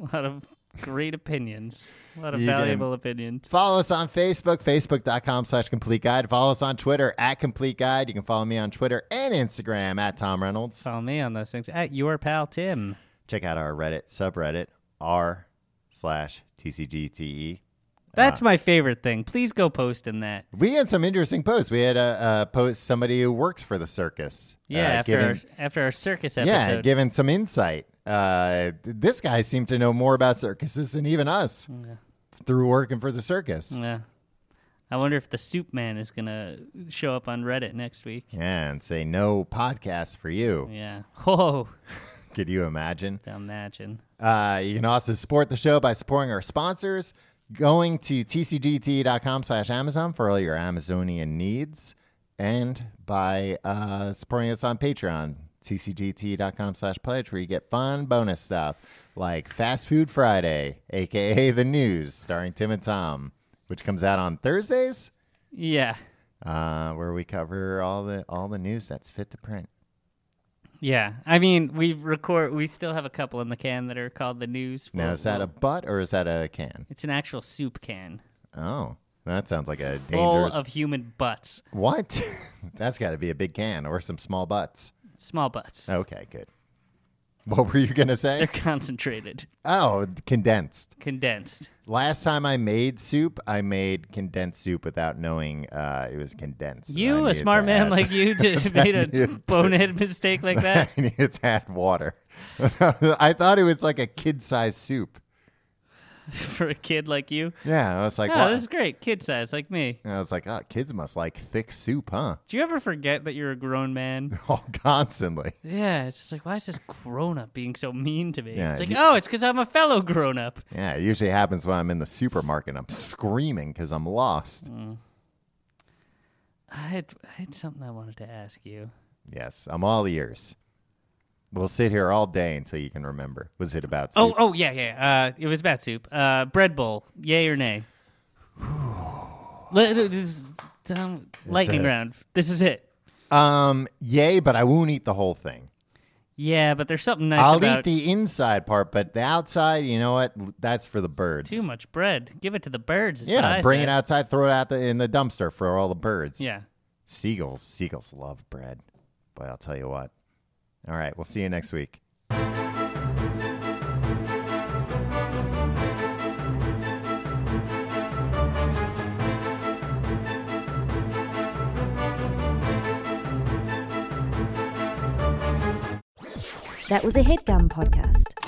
S3: A lot of great opinions. A lot of
S2: You
S3: valuable
S2: didn't-
S3: opinions.
S2: Follow us on Facebook, facebook.com slash complete guide. Follow us on Twitter at complete guide. You can follow me on Twitter and Instagram at Tom Reynolds.
S3: Follow me on those things at your pal Tim.
S2: Check out our Reddit subreddit r slash TCGTE.
S3: That's
S2: Uh.
S3: my favorite thing. Please go post in that.
S2: We had some interesting posts. We had a, a post somebody who works for the circus.
S3: Yeah,
S2: uh,
S3: after
S2: giving-
S3: our, after our circus
S2: yeah,
S3: episode.
S2: giving some insight. Uh, th- this guy seemed to know more about circuses than even us through working for the circus.
S3: Yeah. I wonder if the soup man is gonna show up on Reddit next week.
S2: Yeah, and say no podcast for you.
S3: Yeah. <laughs> Whoa.
S2: Could you imagine?
S3: Imagine.
S2: Uh, you can also support the show by supporting our sponsors, going to tcgt.com slash Amazon for all your Amazonian needs, and by uh, supporting us on Patreon, tcgt.com slash pledge, where you get fun bonus stuff like Fast Food Friday, aka The News, starring Tim and Tom, which comes out on Thursdays,
S3: Yeah.
S2: uh, where we cover all the all the news that's fit to print.
S3: Yeah. I mean, we record. We still have a couple in the can that are called the news.
S2: Now,
S3: We'll-
S2: is that a butt or is that a can?
S3: It's an actual soup can
S2: Oh, that sounds like a
S3: full
S2: dangerous
S3: of human butts,
S2: What? <laughs> That's got to be a big can or some small butts.
S3: small butts.
S2: Okay, good. What were you going to say?
S3: They're concentrated,
S2: Oh, condensed. <laughs>
S3: condensed.
S2: Last time I made soup, I made condensed soup without knowing uh, it was condensed. <laughs> I
S3: You, a
S2: needed
S3: smart
S2: to
S3: man
S2: add-
S3: like you, just made
S2: knew
S3: a
S2: to-
S3: bonehead mistake
S2: <laughs>
S3: like that.
S2: I needed to add water. <laughs> I thought it was like a kid sized soup.
S3: for a kid like you.
S2: Yeah, I was like,
S3: No,
S2: what?
S3: this is great. Kid size, like me.
S2: And I was like, oh, kids must like thick soup, huh? <laughs>
S3: Do you ever forget that you're a grown man?
S2: Oh, constantly.
S3: Yeah, it's just like, why is this grown up being so mean to me?
S2: Yeah,
S3: it's like,
S2: you-
S3: oh, it's because I'm a fellow grown up.
S2: Yeah, it usually happens when I'm in the supermarket. I'm screaming because I'm lost.
S3: I had, I had something I wanted to ask you.
S2: Yes, I'm all ears. We'll sit here all day until you can remember. Was it about
S3: Oh,
S2: soup?
S3: oh, yeah, yeah. Uh, it was bat soup. Uh, bread bowl, yay
S2: <sighs>
S3: or nay? Let, this is, um, lightning
S2: it.
S3: round. This is it.
S2: Um, yay, but I won't eat the whole thing.
S3: Yeah, but there's something nice
S2: I'll
S3: about
S2: eat the inside part, but the outside, you know what? L- That's for the birds.
S3: too much bread. Give it to the birds. is what
S2: Yeah,
S3: I
S2: bring it
S3: said.
S2: outside, throw it out the, in the dumpster for all the birds.
S3: Yeah.
S2: Seagulls, seagulls love bread. Boy, I'll tell you what. All right, we'll see you next week.
S6: That was a headgum podcast.